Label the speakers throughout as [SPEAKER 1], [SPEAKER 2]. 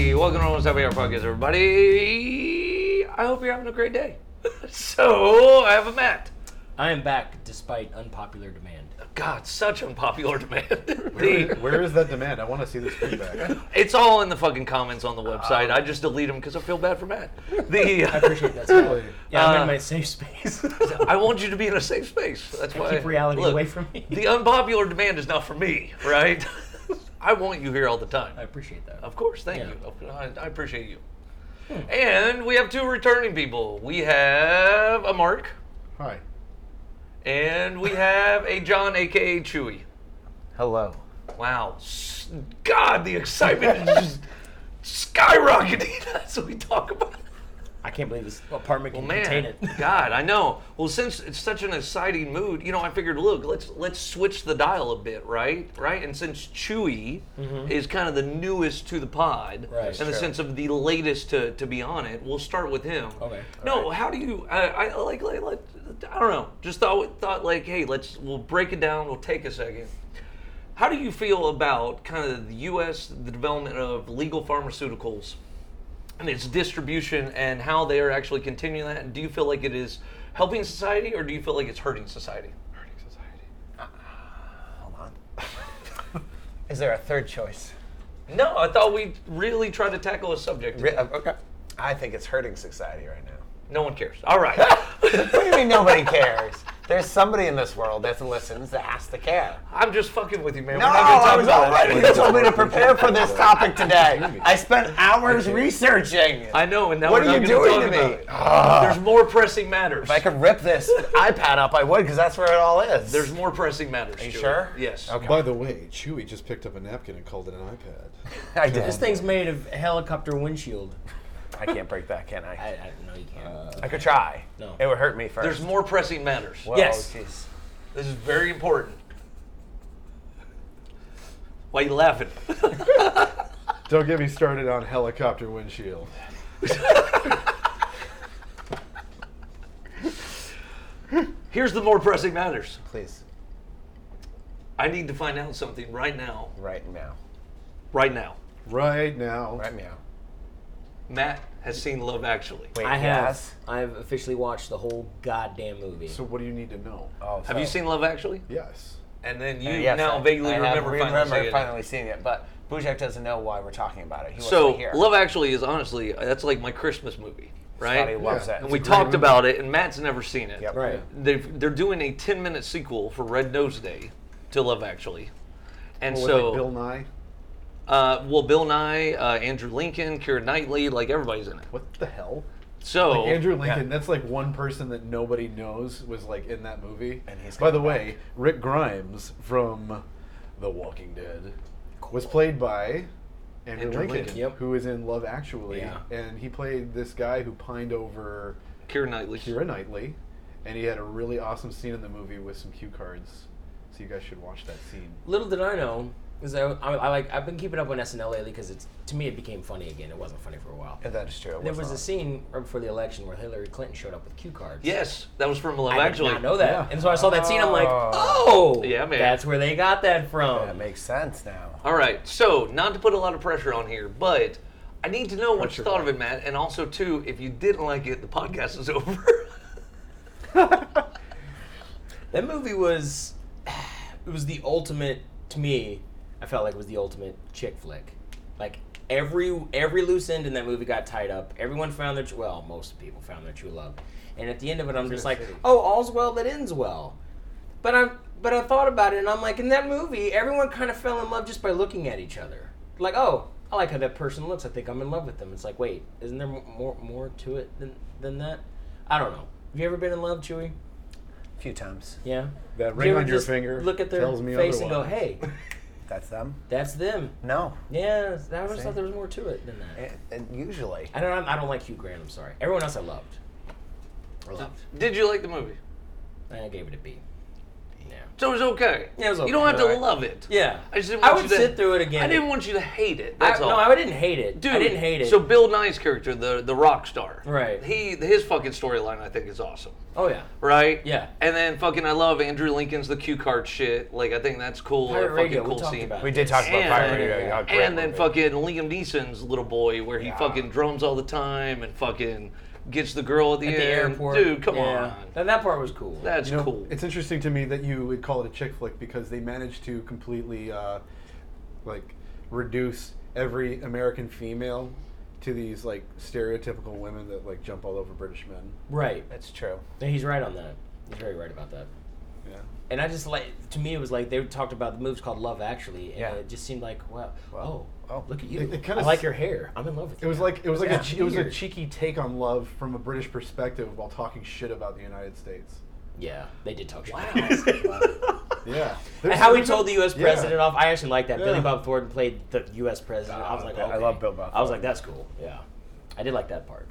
[SPEAKER 1] What's Up AR Podcast, everybody? I hope you're having a great day. so, I have a Matt.
[SPEAKER 2] I am back despite unpopular demand.
[SPEAKER 1] God, such unpopular demand.
[SPEAKER 3] Where
[SPEAKER 1] The-
[SPEAKER 3] is- where is that demand? I want to see this feedback.
[SPEAKER 1] it's all in the fucking comments on the website. I just delete them because I feel bad for Matt.
[SPEAKER 2] Uh, I
[SPEAKER 1] The,
[SPEAKER 2] appreciate that. Scott. Yeah, I'm
[SPEAKER 1] Uh,
[SPEAKER 2] in my safe space.
[SPEAKER 1] I want you to be in a safe space. That's why
[SPEAKER 2] Keep reality
[SPEAKER 1] look,
[SPEAKER 2] away from me.
[SPEAKER 1] The unpopular demand is not for me, right? I want you here all the time.
[SPEAKER 2] I appreciate that.
[SPEAKER 1] Of course, thank
[SPEAKER 2] Yeah.
[SPEAKER 1] you. I, I appreciate you. And we have two returning people. We have a Mark,
[SPEAKER 3] Hi.
[SPEAKER 1] and we have a John, aka Chewy.
[SPEAKER 4] Hello.
[SPEAKER 1] Wow, S- God, the excitement is just skyrocketing as we talk about it.
[SPEAKER 2] I can't believe this apartment can contain
[SPEAKER 1] Man,
[SPEAKER 2] it.
[SPEAKER 1] God, I know. Well, since it's such an exciting mood, you know, I figured, look, let's let's switch the dial a bit, right? Right? And since Chewy is kind of the newest to the pod,
[SPEAKER 2] Mm-hmm. Right.
[SPEAKER 1] in the
[SPEAKER 2] Sure.
[SPEAKER 1] sense of the latest to, to be on it, we'll start with him.
[SPEAKER 2] Okay.
[SPEAKER 1] No, how do you? I, I like, like, like, I don't know. Just thought thought like, hey, let's we'll break it down. We'll take a second. How do you feel about kind of the U.S. the development of legal pharmaceuticals? and its distribution and how they are actually continuing that? And do you feel like it is helping society or do you feel like it's hurting society?
[SPEAKER 4] Uh-uh. Is there a third choice?
[SPEAKER 1] No, I thought we really tried to tackle a subject.
[SPEAKER 4] Re- uh, okay. I think it's hurting society right now.
[SPEAKER 1] No one cares. All right.
[SPEAKER 4] What do you mean nobody cares? There's somebody in this world that listens that has to care.
[SPEAKER 1] I'm just fucking with you, man.
[SPEAKER 4] No,
[SPEAKER 1] We're not gonna
[SPEAKER 4] I
[SPEAKER 1] talk
[SPEAKER 4] was
[SPEAKER 1] about
[SPEAKER 4] all
[SPEAKER 1] it.
[SPEAKER 4] ready. You told me to prepare for this topic today. I spent hours researching.
[SPEAKER 1] I know, and now
[SPEAKER 4] What
[SPEAKER 1] we're not
[SPEAKER 4] are you
[SPEAKER 1] gonna
[SPEAKER 4] doing to
[SPEAKER 1] talk
[SPEAKER 4] me?
[SPEAKER 1] about it. There's more pressing matters.
[SPEAKER 4] If I could rip this iPad up, I would, because that's where it all is.
[SPEAKER 1] There's more pressing matters. Are
[SPEAKER 4] you sure?
[SPEAKER 1] Yes.
[SPEAKER 4] Okay.
[SPEAKER 3] By the way, Chewy just picked up a napkin and called it an iPad.
[SPEAKER 4] I did.
[SPEAKER 2] This thing's made of helicopter windshield.
[SPEAKER 4] I can't break that, can
[SPEAKER 2] I,
[SPEAKER 4] I?
[SPEAKER 2] I no, you can't.
[SPEAKER 4] I could try.
[SPEAKER 2] No.
[SPEAKER 4] It would hurt me first.
[SPEAKER 1] There's more pressing matters.
[SPEAKER 4] Whoa,
[SPEAKER 2] Yes.
[SPEAKER 4] jeez.
[SPEAKER 1] This is very important. Why you laughing?
[SPEAKER 3] Don't get me started on helicopter windshield.
[SPEAKER 1] Here's the more pressing matters.
[SPEAKER 4] Please,
[SPEAKER 1] I need to find out something right now.
[SPEAKER 4] right now.
[SPEAKER 1] Right now.
[SPEAKER 3] Right now.
[SPEAKER 4] Right meow.
[SPEAKER 1] Matt has seen Love Actually.
[SPEAKER 4] Wait,
[SPEAKER 2] I have.
[SPEAKER 4] yes?
[SPEAKER 2] I've officially watched the whole goddamn movie.
[SPEAKER 3] So what do you need to know?
[SPEAKER 4] Oh,
[SPEAKER 1] Have you
[SPEAKER 4] so-
[SPEAKER 1] seen Love Actually?
[SPEAKER 3] Yes.
[SPEAKER 1] And then you
[SPEAKER 4] Uh, yes,
[SPEAKER 1] now
[SPEAKER 4] I-
[SPEAKER 1] vaguely
[SPEAKER 4] I have
[SPEAKER 1] remember, finally seeing
[SPEAKER 4] remember
[SPEAKER 1] it.
[SPEAKER 4] finally seeing it, but Bujak doesn't know why we're talking about it. He
[SPEAKER 1] So
[SPEAKER 4] wasn't here.
[SPEAKER 1] Love Actually is honestly uh, that's like my Christmas movie,
[SPEAKER 4] Scotty
[SPEAKER 1] right?
[SPEAKER 4] loves
[SPEAKER 3] Yeah.
[SPEAKER 4] it.
[SPEAKER 1] And we
[SPEAKER 3] It's a great
[SPEAKER 1] talked
[SPEAKER 3] movie.
[SPEAKER 1] about it, and Matt's never seen it.
[SPEAKER 4] Yep.
[SPEAKER 2] right.
[SPEAKER 1] They've, they're doing a 10 minute sequel for Red Nose Day to Love Actually. And
[SPEAKER 3] Well,
[SPEAKER 1] so,
[SPEAKER 3] Oh, like Bill Nye.
[SPEAKER 1] uh, well, Bill Nye, uh, Andrew Lincoln, Keira Knightley, like everybody's in it.
[SPEAKER 3] What the hell?
[SPEAKER 1] So,
[SPEAKER 3] Andrew Lincoln. That's like one person that nobody knows was like in that movie.
[SPEAKER 4] And he's
[SPEAKER 3] By the
[SPEAKER 4] coming
[SPEAKER 3] way, Rick Grimes from The Walking Dead was played by Andrew,
[SPEAKER 1] Andrew
[SPEAKER 3] Lincoln,
[SPEAKER 1] Lincoln.
[SPEAKER 2] Yep.
[SPEAKER 3] who is in Love Actually,
[SPEAKER 2] Yeah.
[SPEAKER 3] and he played this guy who pined over
[SPEAKER 1] Keira Knightley.
[SPEAKER 3] Kira Knightley, and he had a really awesome scene in the movie with some cue cards. So you guys should watch that scene.
[SPEAKER 2] Little did I know is I, I, I like I've been keeping up on SNL lately because it's to me it became funny again. It wasn't funny for a while.
[SPEAKER 4] And that is true. it
[SPEAKER 2] There
[SPEAKER 4] was
[SPEAKER 2] was a
[SPEAKER 4] not.
[SPEAKER 2] scene right before the election where Hillary Clinton showed up with cue cards.
[SPEAKER 1] Yes, that was from Love
[SPEAKER 2] I
[SPEAKER 1] Actually.
[SPEAKER 2] did not know that.
[SPEAKER 3] Yeah.
[SPEAKER 2] And so I saw that scene. I'm like,
[SPEAKER 4] Oh.
[SPEAKER 2] oh,
[SPEAKER 1] Yeah, man.
[SPEAKER 2] That's where they got that from.
[SPEAKER 4] That makes sense now.
[SPEAKER 1] All right. So, not to put a lot of pressure on here, but I need to know what you
[SPEAKER 3] Pressure.
[SPEAKER 1] thought of it, Matt, and also too, if you didn't like it, the podcast is over.
[SPEAKER 2] that movie was, it was the ultimate to me. I felt like it was the ultimate chick flick. Like every every loose end in that movie got tied up. Everyone found their tr- well, most people found their true love. And at the end of it, I'm just like,
[SPEAKER 3] gonna say.
[SPEAKER 2] oh, all's well that ends well. But I'm but I thought about it and I'm like, in that movie, everyone kind of fell in love just by looking at each other. Like, oh, I like how that person looks. I think I'm in love with them. It's like, wait, isn't there mo- more more to it than than that? I don't know. Have you ever been in love, Chewy?
[SPEAKER 4] A few times.
[SPEAKER 2] Yeah.
[SPEAKER 3] That
[SPEAKER 2] You
[SPEAKER 3] ring
[SPEAKER 2] ever
[SPEAKER 3] on your
[SPEAKER 2] just
[SPEAKER 3] finger
[SPEAKER 2] Look at their
[SPEAKER 3] tells me
[SPEAKER 2] face and go,
[SPEAKER 3] otherwise.
[SPEAKER 2] hey,
[SPEAKER 4] That's them?
[SPEAKER 2] that's them.
[SPEAKER 4] No.
[SPEAKER 2] Yeah, I always
[SPEAKER 4] See?
[SPEAKER 2] thought there was more to it than that.
[SPEAKER 4] And- and usually.
[SPEAKER 2] I don't. I don't like Hugh Grant. I'm sorry. Everyone else I loved. I loved.
[SPEAKER 1] Did you like the movie?
[SPEAKER 2] I gave it a B. Yeah.
[SPEAKER 1] So it was okay.
[SPEAKER 2] Yeah, it was
[SPEAKER 1] You don't have
[SPEAKER 2] okay,
[SPEAKER 1] to
[SPEAKER 2] right.
[SPEAKER 1] love it.
[SPEAKER 2] Yeah.
[SPEAKER 1] I just didn't
[SPEAKER 2] I
[SPEAKER 1] want
[SPEAKER 2] would
[SPEAKER 1] you to-
[SPEAKER 2] sit through it again.
[SPEAKER 1] I didn't want you to hate it.
[SPEAKER 2] I-
[SPEAKER 1] That's all.
[SPEAKER 2] No, I didn't hate it.
[SPEAKER 1] Dude,
[SPEAKER 2] I didn't hate it.
[SPEAKER 1] So Bill Nye's character, the the rock star,
[SPEAKER 2] Right.
[SPEAKER 1] He his fucking storyline, I think, is awesome,
[SPEAKER 2] oh yeah.
[SPEAKER 1] right?
[SPEAKER 2] Yeah.
[SPEAKER 1] And then fucking, I love Andrew Lincoln's the cue card shit. Like, I think that's cool.
[SPEAKER 2] Pirate
[SPEAKER 1] a fucking
[SPEAKER 2] Radio.
[SPEAKER 1] cool
[SPEAKER 2] we talked
[SPEAKER 1] scene.
[SPEAKER 2] about.
[SPEAKER 4] We
[SPEAKER 2] it.
[SPEAKER 4] did talk about
[SPEAKER 1] And-
[SPEAKER 4] Pirate Radio. how great
[SPEAKER 1] And then
[SPEAKER 4] movie.
[SPEAKER 1] fucking Liam Neeson's little boy, where he
[SPEAKER 4] Yeah.
[SPEAKER 1] fucking drums all the time and fucking gets the girl at the
[SPEAKER 2] at
[SPEAKER 1] end.
[SPEAKER 2] the airport.
[SPEAKER 1] Dude, come
[SPEAKER 2] Yeah.
[SPEAKER 1] on.
[SPEAKER 2] And that part was cool.
[SPEAKER 1] That's
[SPEAKER 3] You know,
[SPEAKER 1] cool.
[SPEAKER 3] It's interesting to me that you would call it a chick flick because they managed to completely, uh, like, reduce every American female to these like stereotypical women that like jump all over British men.
[SPEAKER 2] right.
[SPEAKER 4] That's true.
[SPEAKER 2] Yeah, he's right on that. He's very right about that.
[SPEAKER 3] Yeah.
[SPEAKER 2] And I just like to me it was like they talked about the movie's called Love Actually, and
[SPEAKER 4] Yeah.
[SPEAKER 2] it just seemed like wow,
[SPEAKER 3] Wow.
[SPEAKER 2] oh,
[SPEAKER 4] Oh.
[SPEAKER 2] look at you.
[SPEAKER 3] It- it
[SPEAKER 2] I
[SPEAKER 3] kinda
[SPEAKER 2] like
[SPEAKER 3] s-
[SPEAKER 2] your hair. I'm in love with
[SPEAKER 3] It
[SPEAKER 2] you.
[SPEAKER 3] was
[SPEAKER 2] now.
[SPEAKER 3] like it was like
[SPEAKER 2] Yeah,
[SPEAKER 3] a, che- it was a
[SPEAKER 2] weird.
[SPEAKER 3] cheeky take on love from a British perspective while talking shit about the United States.
[SPEAKER 2] yeah, they did talk shit. Wow.
[SPEAKER 3] Yeah.
[SPEAKER 2] And how he told the U.S.
[SPEAKER 3] Yeah.
[SPEAKER 2] president off, I actually like that. Billy
[SPEAKER 3] Yeah.
[SPEAKER 2] Bob Thornton played the U.S. president. I was
[SPEAKER 4] Oh,
[SPEAKER 2] like,
[SPEAKER 4] that- I
[SPEAKER 2] okay.
[SPEAKER 4] love Bill Bob
[SPEAKER 2] I was like, that's cool. Yeah, I did like that part.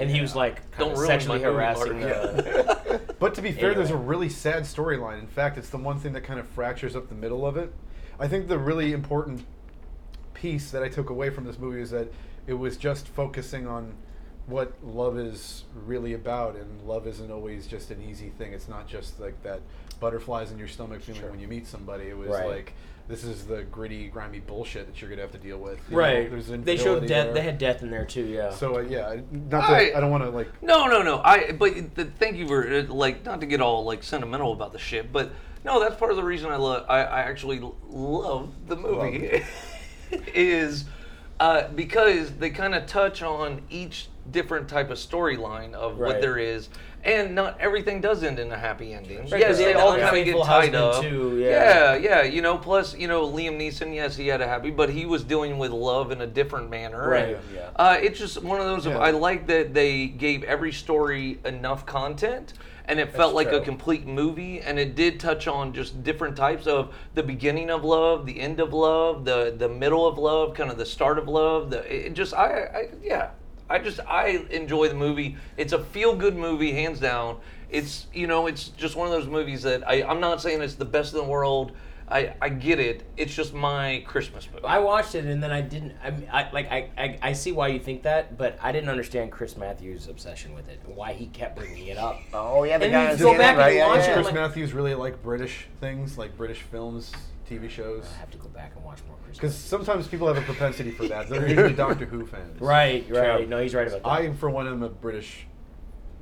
[SPEAKER 2] And he was like,
[SPEAKER 1] Don't
[SPEAKER 2] kinda
[SPEAKER 1] ruin my
[SPEAKER 2] sexually
[SPEAKER 1] movie,
[SPEAKER 2] harassing.
[SPEAKER 1] Mark.
[SPEAKER 2] the-
[SPEAKER 3] But to be fair, there's a
[SPEAKER 2] Anyway.
[SPEAKER 3] really sad storyline. In fact, it's the one thing that kind of fractures up the middle of it. I think the really important piece that I took away from this movie is that it was just focusing on what love is really about, and love isn't always just an easy thing. It's not just like that butterflies in your stomach feeling when you meet somebody. It was
[SPEAKER 2] Right.
[SPEAKER 3] like this is the gritty, grimy bullshit that you're gonna have to deal with. you know?
[SPEAKER 2] right.
[SPEAKER 3] There's
[SPEAKER 2] They showed
[SPEAKER 3] infidelity
[SPEAKER 2] death. They
[SPEAKER 3] there.
[SPEAKER 2] had death in there too. Yeah.
[SPEAKER 3] So uh, yeah, I- not that
[SPEAKER 1] Alright.
[SPEAKER 3] I don't want to like.
[SPEAKER 1] No, no, no. I but the, thank you for uh, like not to get all like sentimental about the shit, but no, that's part of the reason I love. I, I actually l- love the movie is uh, because they kind of touch on each different type of storyline of
[SPEAKER 2] Right.
[SPEAKER 1] what there is, and not everything does end in a happy ending.
[SPEAKER 2] Right, 'cause
[SPEAKER 1] yes,
[SPEAKER 2] they
[SPEAKER 1] they
[SPEAKER 2] had
[SPEAKER 1] all
[SPEAKER 2] the
[SPEAKER 1] kind of get
[SPEAKER 2] unfaithful
[SPEAKER 1] tied
[SPEAKER 2] husband,
[SPEAKER 1] up.
[SPEAKER 2] too, yeah.
[SPEAKER 1] yeah, yeah. You know, plus you know Liam Neeson. Yes, he had a happy, but he was dealing with love in a different manner.
[SPEAKER 2] Right,
[SPEAKER 1] And,
[SPEAKER 2] yeah.
[SPEAKER 1] uh, it's just one of those.
[SPEAKER 3] Yeah.
[SPEAKER 1] I like that they gave every story enough content, and it felt like a
[SPEAKER 4] true.
[SPEAKER 1] complete movie. And it did touch on just different types of the beginning of love, the end of love, the the middle of love, kind of the start of love. The it it just I, I yeah. I just I enjoy the movie. It's a feel good movie, hands down. It's you know it's just one of those movies that I I'm not saying it's the best in the world. I, I get it. It's just my Christmas movie.
[SPEAKER 2] I watched it and then I didn't. I, mean, I like I, I I see why you think that, but I didn't understand Chris Matthews' obsession with it. Why he kept bringing it up.
[SPEAKER 4] Oh yeah, the
[SPEAKER 2] And
[SPEAKER 4] guys.
[SPEAKER 2] you go
[SPEAKER 4] in it,
[SPEAKER 2] back and
[SPEAKER 4] right?
[SPEAKER 2] watch
[SPEAKER 4] yeah,
[SPEAKER 2] it,
[SPEAKER 4] yeah.
[SPEAKER 3] Chris
[SPEAKER 2] like-
[SPEAKER 3] Matthews really like British things, like British films, TV shows.
[SPEAKER 2] I have to go back and watch more Chris.
[SPEAKER 3] Because
[SPEAKER 2] Matthews.
[SPEAKER 3] sometimes people have a propensity for that. They're usually Doctor Who fans.
[SPEAKER 2] Right, right.
[SPEAKER 4] True.
[SPEAKER 2] No, he's right about that.
[SPEAKER 3] I, for one, am a British,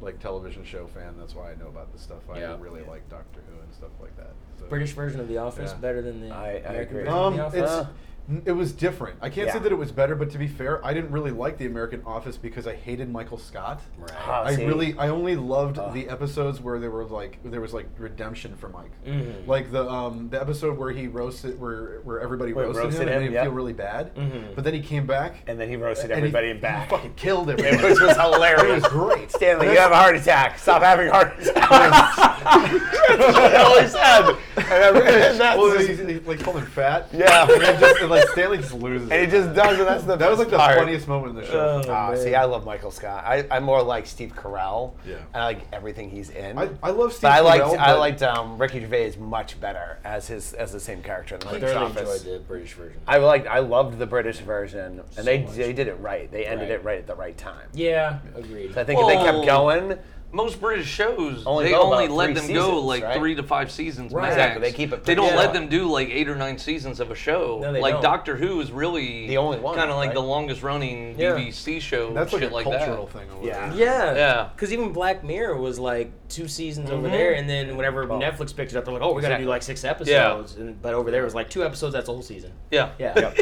[SPEAKER 3] like television show fan. That's why I know about this stuff. I
[SPEAKER 2] Yeah.
[SPEAKER 3] really like Doctor Who and stuff like that. So.
[SPEAKER 2] British version of The Office
[SPEAKER 3] Yeah.
[SPEAKER 2] better than the
[SPEAKER 4] I- I
[SPEAKER 2] American
[SPEAKER 4] agree.
[SPEAKER 2] version of
[SPEAKER 3] Um,
[SPEAKER 2] The
[SPEAKER 3] it's
[SPEAKER 2] Office.
[SPEAKER 4] Uh.
[SPEAKER 3] n- it was different. I can't say
[SPEAKER 4] Yeah.
[SPEAKER 3] that it was better, but to be fair, I didn't really like the American Office because I hated Michael Scott.
[SPEAKER 2] right. Oh,
[SPEAKER 4] Ah,
[SPEAKER 3] I
[SPEAKER 4] see?
[SPEAKER 3] really, I only loved
[SPEAKER 4] Ugh.
[SPEAKER 3] the episodes where there were like there was like redemption for Mike,
[SPEAKER 2] Mhm.
[SPEAKER 3] like the um the episode where he roasted where where everybody
[SPEAKER 4] Where
[SPEAKER 3] roasted,
[SPEAKER 4] roasted
[SPEAKER 3] him,
[SPEAKER 4] him,
[SPEAKER 3] and made
[SPEAKER 4] yeah. Mm-hmm.
[SPEAKER 3] him feel really bad.
[SPEAKER 2] Mhm.
[SPEAKER 3] But then he came back
[SPEAKER 4] And then he roasted
[SPEAKER 3] and he-
[SPEAKER 4] everybody
[SPEAKER 3] he
[SPEAKER 4] and back.
[SPEAKER 3] fucking killed everybody.
[SPEAKER 4] Which was hilarious.
[SPEAKER 3] It was great.
[SPEAKER 4] Stanley,
[SPEAKER 3] And
[SPEAKER 4] you
[SPEAKER 3] that's-
[SPEAKER 4] have a heart attack. Stop having heart attacks. that's what I always said. And, I- and that's
[SPEAKER 3] well,
[SPEAKER 4] just-
[SPEAKER 3] he, he, like called him fat.
[SPEAKER 4] Yeah.
[SPEAKER 3] and, then just, and like Stanley just loses.
[SPEAKER 4] and
[SPEAKER 3] it.
[SPEAKER 4] he just does it. That's the
[SPEAKER 3] that was like the
[SPEAKER 4] best part.
[SPEAKER 3] funniest moment in the show.
[SPEAKER 2] Oh,
[SPEAKER 4] Ah,
[SPEAKER 2] man.
[SPEAKER 4] see, I love Michael Scott. I, I'm more like Steve Carell.
[SPEAKER 3] Yeah.
[SPEAKER 4] And I like everything he's in.
[SPEAKER 3] I, I love Steve.
[SPEAKER 4] but I liked
[SPEAKER 3] Carell,
[SPEAKER 4] I
[SPEAKER 3] but-
[SPEAKER 4] liked um, Ricky Gervais much better as his as the same character in the
[SPEAKER 2] I
[SPEAKER 4] Michael
[SPEAKER 2] thoroughly
[SPEAKER 4] Office.
[SPEAKER 2] enjoyed the British version.
[SPEAKER 4] I liked I loved the British version, and they
[SPEAKER 2] much.
[SPEAKER 4] they did it right. They ended
[SPEAKER 2] Right.
[SPEAKER 4] it right at the right time.
[SPEAKER 2] yeah, agreed.
[SPEAKER 4] So I think if they kept
[SPEAKER 1] Whoa.
[SPEAKER 4] going,
[SPEAKER 1] Most British shows,
[SPEAKER 4] Only
[SPEAKER 1] they
[SPEAKER 4] go
[SPEAKER 1] only
[SPEAKER 4] about
[SPEAKER 1] let
[SPEAKER 4] three
[SPEAKER 1] them go
[SPEAKER 4] seasons,
[SPEAKER 1] like
[SPEAKER 4] right?
[SPEAKER 1] three to five seasons
[SPEAKER 2] Right.
[SPEAKER 1] max.
[SPEAKER 4] Exactly, they keep it
[SPEAKER 1] They
[SPEAKER 4] pretty
[SPEAKER 1] don't let
[SPEAKER 4] short.
[SPEAKER 1] them do like eight or nine seasons of a show.
[SPEAKER 2] No, they
[SPEAKER 1] like
[SPEAKER 2] don't.
[SPEAKER 1] Doctor Who is really
[SPEAKER 4] The only one,
[SPEAKER 1] kind of like
[SPEAKER 4] right?
[SPEAKER 1] the longest running
[SPEAKER 2] Yeah.
[SPEAKER 1] BBC show.
[SPEAKER 3] that's like
[SPEAKER 1] shit
[SPEAKER 3] a cultural
[SPEAKER 1] that.
[SPEAKER 3] thing. Over
[SPEAKER 4] Yeah.
[SPEAKER 3] there.
[SPEAKER 2] yeah,
[SPEAKER 1] Yeah.
[SPEAKER 2] Because even Black Mirror was like two seasons over there, and then whenever Netflix picked it up, they're like, "Oh, we gotta do like six episodes." And, but over there it was like two episodes. That's a whole season.
[SPEAKER 1] Yeah.
[SPEAKER 2] Yeah,
[SPEAKER 4] Yep.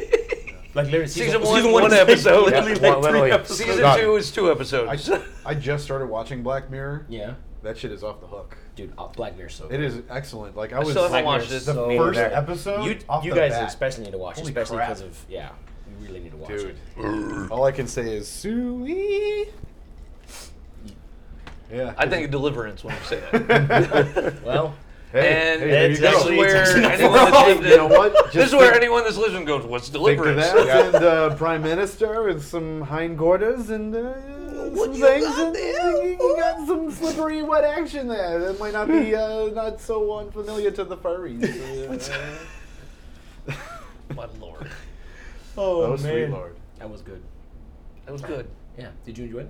[SPEAKER 2] like literally season,
[SPEAKER 1] Season one-
[SPEAKER 2] season
[SPEAKER 1] one
[SPEAKER 2] is
[SPEAKER 1] episode.
[SPEAKER 2] Literally,
[SPEAKER 4] Yeah,
[SPEAKER 2] like
[SPEAKER 4] one-
[SPEAKER 2] three
[SPEAKER 4] literally.
[SPEAKER 2] episodes.
[SPEAKER 1] Season
[SPEAKER 3] Done.
[SPEAKER 1] two is two
[SPEAKER 3] I,
[SPEAKER 1] episodes.
[SPEAKER 3] I just started watching Black Mirror.
[SPEAKER 2] Yeah,
[SPEAKER 3] That shit is off the hook.
[SPEAKER 2] dude, uh, Black Mirror so.
[SPEAKER 3] It is excellent. Like I was
[SPEAKER 1] still haven't
[SPEAKER 3] like,
[SPEAKER 1] watched
[SPEAKER 3] the
[SPEAKER 1] it. So
[SPEAKER 3] first
[SPEAKER 4] bad.
[SPEAKER 3] episode.
[SPEAKER 2] You,
[SPEAKER 3] off
[SPEAKER 2] you
[SPEAKER 3] the
[SPEAKER 2] guys
[SPEAKER 3] bat.
[SPEAKER 2] especially need to watch, it,
[SPEAKER 3] Holy
[SPEAKER 2] especially
[SPEAKER 3] crap.
[SPEAKER 2] because of yeah, you really need to watch
[SPEAKER 3] dude.
[SPEAKER 2] it.
[SPEAKER 3] All I can say is Suey. Yeah.
[SPEAKER 1] I think Deliverance when you say that.
[SPEAKER 3] and
[SPEAKER 2] Well,
[SPEAKER 1] And
[SPEAKER 3] there you
[SPEAKER 1] that's
[SPEAKER 3] go.
[SPEAKER 2] actually-
[SPEAKER 1] where
[SPEAKER 2] it's-
[SPEAKER 1] anyone
[SPEAKER 2] We're
[SPEAKER 1] that's
[SPEAKER 2] all-
[SPEAKER 1] listening-
[SPEAKER 3] you know what?
[SPEAKER 1] This
[SPEAKER 3] Just
[SPEAKER 1] is where
[SPEAKER 3] think-
[SPEAKER 1] anyone that's listening goes, "What's Oh,
[SPEAKER 3] Think of
[SPEAKER 1] Deliverance?"
[SPEAKER 3] that and uh, prime minister and some hindquarters and uh,
[SPEAKER 1] What
[SPEAKER 3] some
[SPEAKER 1] you
[SPEAKER 3] things
[SPEAKER 1] got
[SPEAKER 3] and
[SPEAKER 1] there?
[SPEAKER 3] you- you got some slippery wet action there that might not be uh, not so unfamiliar to the furries.
[SPEAKER 1] My lord,
[SPEAKER 3] oh, sweet lord.
[SPEAKER 2] That was good.
[SPEAKER 1] that was good.
[SPEAKER 2] Yeah. Did you enjoy it?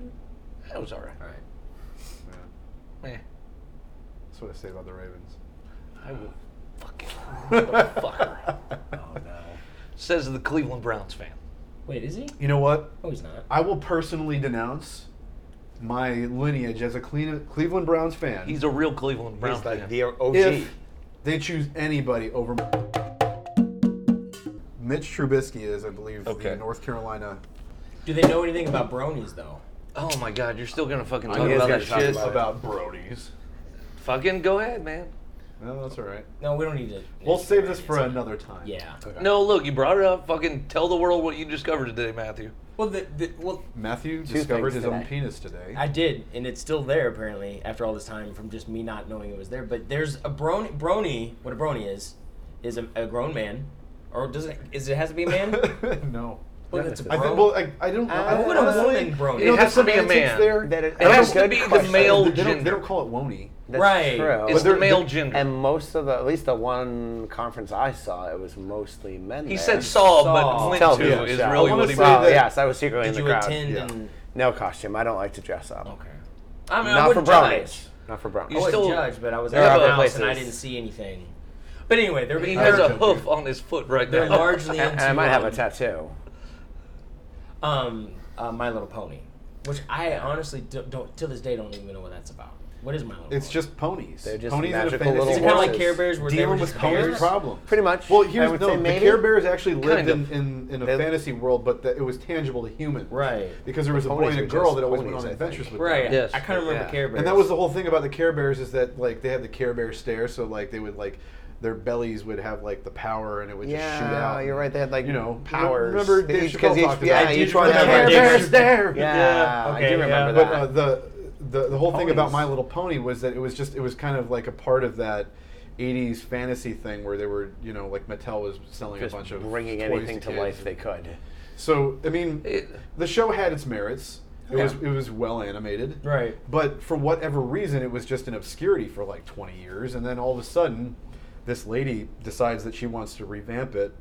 [SPEAKER 1] That was all right.
[SPEAKER 2] All right.
[SPEAKER 3] Yeah.
[SPEAKER 1] Meh.
[SPEAKER 3] That's what I say about the Ravens.
[SPEAKER 1] I would fucking
[SPEAKER 3] Motherfucker.
[SPEAKER 2] Oh no.
[SPEAKER 1] says the Cleveland Browns fan.
[SPEAKER 2] Wait, is he?
[SPEAKER 3] You know what?
[SPEAKER 2] Oh, he's not.
[SPEAKER 3] I will personally denounce my lineage as a Cle- Cleveland Browns fan.
[SPEAKER 1] He's a real Cleveland Brown
[SPEAKER 4] He's like
[SPEAKER 1] fan.
[SPEAKER 4] the OG.
[SPEAKER 3] if they choose anybody over Mitch Trubisky is, I believe,
[SPEAKER 1] Okay.
[SPEAKER 3] the North Carolina.
[SPEAKER 2] Do they know anything about bronies though?
[SPEAKER 1] oh my God, you're still gonna fucking
[SPEAKER 3] I
[SPEAKER 1] talk
[SPEAKER 3] guess
[SPEAKER 1] about that
[SPEAKER 3] there's
[SPEAKER 1] shit.
[SPEAKER 3] shit about, about Brodies.
[SPEAKER 1] Fucking go ahead, man.
[SPEAKER 3] No, that's all right.
[SPEAKER 2] No, we don't need to.
[SPEAKER 3] We'll save this for another time.
[SPEAKER 2] Yeah.
[SPEAKER 1] No, look, you brought it up. Fucking tell the world what you discovered today, Matthew.
[SPEAKER 2] Well, the, the well,
[SPEAKER 3] Matthew
[SPEAKER 4] Two
[SPEAKER 3] discovered
[SPEAKER 4] things
[SPEAKER 3] his own
[SPEAKER 4] today.
[SPEAKER 3] penis today.
[SPEAKER 2] I did, and it's still there apparently after all this time from just me not knowing it was there. But there's a brony. Brony, what a brony is, is a, a grown man, or does it? Is it has to be a man?
[SPEAKER 3] no.
[SPEAKER 2] Well, it's a
[SPEAKER 3] I think.
[SPEAKER 2] bro.
[SPEAKER 3] Well, I, I don't.
[SPEAKER 2] Uh,
[SPEAKER 3] I,
[SPEAKER 2] what a
[SPEAKER 3] honestly,
[SPEAKER 2] woman brony.
[SPEAKER 3] you know,
[SPEAKER 1] It has
[SPEAKER 3] the
[SPEAKER 1] to be a
[SPEAKER 3] semantics
[SPEAKER 1] man.
[SPEAKER 3] there.
[SPEAKER 4] That is-
[SPEAKER 3] I don't-
[SPEAKER 1] has to
[SPEAKER 3] good
[SPEAKER 1] be the
[SPEAKER 3] question.
[SPEAKER 1] male
[SPEAKER 3] They don't-
[SPEAKER 1] gender.
[SPEAKER 3] They don't call it wony.
[SPEAKER 4] That's
[SPEAKER 2] Right.
[SPEAKER 4] True.
[SPEAKER 1] It's
[SPEAKER 3] But
[SPEAKER 1] the
[SPEAKER 3] they're-
[SPEAKER 1] male
[SPEAKER 3] they're-
[SPEAKER 1] gender.
[SPEAKER 4] and most of the, at least the one conference I saw, it was mostly men.
[SPEAKER 1] he
[SPEAKER 4] there.
[SPEAKER 1] said saw,
[SPEAKER 2] Saw.
[SPEAKER 1] but went
[SPEAKER 4] Television
[SPEAKER 1] to is
[SPEAKER 4] show.
[SPEAKER 1] really
[SPEAKER 3] I wanna
[SPEAKER 1] what he
[SPEAKER 3] say
[SPEAKER 1] meant.
[SPEAKER 4] Well,
[SPEAKER 3] that-
[SPEAKER 4] yes, I was secretly
[SPEAKER 2] Did
[SPEAKER 4] in
[SPEAKER 2] you
[SPEAKER 4] the crowd.
[SPEAKER 2] attend?
[SPEAKER 3] yeah.
[SPEAKER 2] And,
[SPEAKER 4] No costume. I don't like to dress up.
[SPEAKER 2] okay. I mean, I
[SPEAKER 4] Not for
[SPEAKER 2] wouldn't judge.
[SPEAKER 4] brownies. Not for brownies.
[SPEAKER 2] I
[SPEAKER 1] You
[SPEAKER 2] wouldn't
[SPEAKER 1] still-
[SPEAKER 2] judge, but I was
[SPEAKER 4] There
[SPEAKER 2] at
[SPEAKER 1] are
[SPEAKER 2] the
[SPEAKER 1] other
[SPEAKER 2] house and I
[SPEAKER 4] places.
[SPEAKER 2] didn't see anything. But anyway, they're
[SPEAKER 1] He
[SPEAKER 2] being
[SPEAKER 1] has
[SPEAKER 2] they're,
[SPEAKER 1] a
[SPEAKER 3] They're-
[SPEAKER 1] hoof on his foot right there.
[SPEAKER 2] they're
[SPEAKER 3] Oh,
[SPEAKER 2] largely into.
[SPEAKER 4] and I might have a
[SPEAKER 2] um,
[SPEAKER 4] tattoo.
[SPEAKER 2] Um, uh, My Little Pony, which I honestly do, don't till this day don't even know what that's about. What is My Little Pony?
[SPEAKER 3] It's just ponies.
[SPEAKER 4] They're just
[SPEAKER 3] ponies in a
[SPEAKER 4] magical
[SPEAKER 3] fantasy
[SPEAKER 4] little
[SPEAKER 2] Is it kind of
[SPEAKER 3] world.
[SPEAKER 2] like Care Bears where they were
[SPEAKER 3] dealing with
[SPEAKER 2] just
[SPEAKER 3] Cohen's
[SPEAKER 2] bears?
[SPEAKER 3] problem.
[SPEAKER 4] Pretty much.
[SPEAKER 3] Well,
[SPEAKER 4] I
[SPEAKER 3] here's
[SPEAKER 4] would
[SPEAKER 3] no.
[SPEAKER 4] say
[SPEAKER 3] The
[SPEAKER 4] maybe.
[SPEAKER 3] Care Bears actually lived
[SPEAKER 1] Kind
[SPEAKER 3] in,
[SPEAKER 1] of.
[SPEAKER 3] in, in a
[SPEAKER 4] They-
[SPEAKER 3] fantasy world, but that it was tangible to humans.
[SPEAKER 2] Right.
[SPEAKER 3] Because there was a boy
[SPEAKER 4] ponies
[SPEAKER 3] and a
[SPEAKER 4] were
[SPEAKER 3] girl
[SPEAKER 4] just
[SPEAKER 3] that always went
[SPEAKER 4] ponies,
[SPEAKER 3] on
[SPEAKER 4] I think.
[SPEAKER 3] adventures with
[SPEAKER 2] Right.
[SPEAKER 3] them.
[SPEAKER 1] Yes.
[SPEAKER 2] I kind of remember
[SPEAKER 4] Yeah.
[SPEAKER 2] Care Bears.
[SPEAKER 3] And that was the whole thing about the Care Bears is that like they had the Care Bear stare, so like they would like their bellies would have like the power and it would just shoot
[SPEAKER 4] Yeah,
[SPEAKER 3] out.
[SPEAKER 4] you're right. They had like
[SPEAKER 3] you know
[SPEAKER 4] powers.
[SPEAKER 3] Remember
[SPEAKER 4] They
[SPEAKER 3] Dave
[SPEAKER 4] each- 'cause
[SPEAKER 3] Chappelle
[SPEAKER 4] each-
[SPEAKER 3] talked
[SPEAKER 4] yeah,
[SPEAKER 3] about
[SPEAKER 4] each
[SPEAKER 3] it.
[SPEAKER 4] one
[SPEAKER 3] the
[SPEAKER 4] had
[SPEAKER 3] Care
[SPEAKER 4] like
[SPEAKER 3] Bears
[SPEAKER 4] different-
[SPEAKER 3] stare.
[SPEAKER 4] Yeah, I
[SPEAKER 2] okay,
[SPEAKER 4] do remember
[SPEAKER 2] yeah.
[SPEAKER 3] But
[SPEAKER 4] that.
[SPEAKER 3] uh, the the the whole thing about
[SPEAKER 4] Ponies.
[SPEAKER 3] My Little Pony was that it was just it was kind of like a part of that. 80s fantasy thing where they were, you know, like Mattel was selling
[SPEAKER 4] just
[SPEAKER 3] a bunch of
[SPEAKER 4] bringing
[SPEAKER 3] toys
[SPEAKER 4] anything to
[SPEAKER 3] kids.
[SPEAKER 4] life they could.
[SPEAKER 3] So I mean,
[SPEAKER 1] It-
[SPEAKER 3] the show had its merits. It
[SPEAKER 4] Yeah.
[SPEAKER 3] was it was well animated,
[SPEAKER 2] Right.
[SPEAKER 3] But for whatever reason, it was just in obscurity for like twenty years, and then all of a sudden, this lady decides that she wants to revamp it,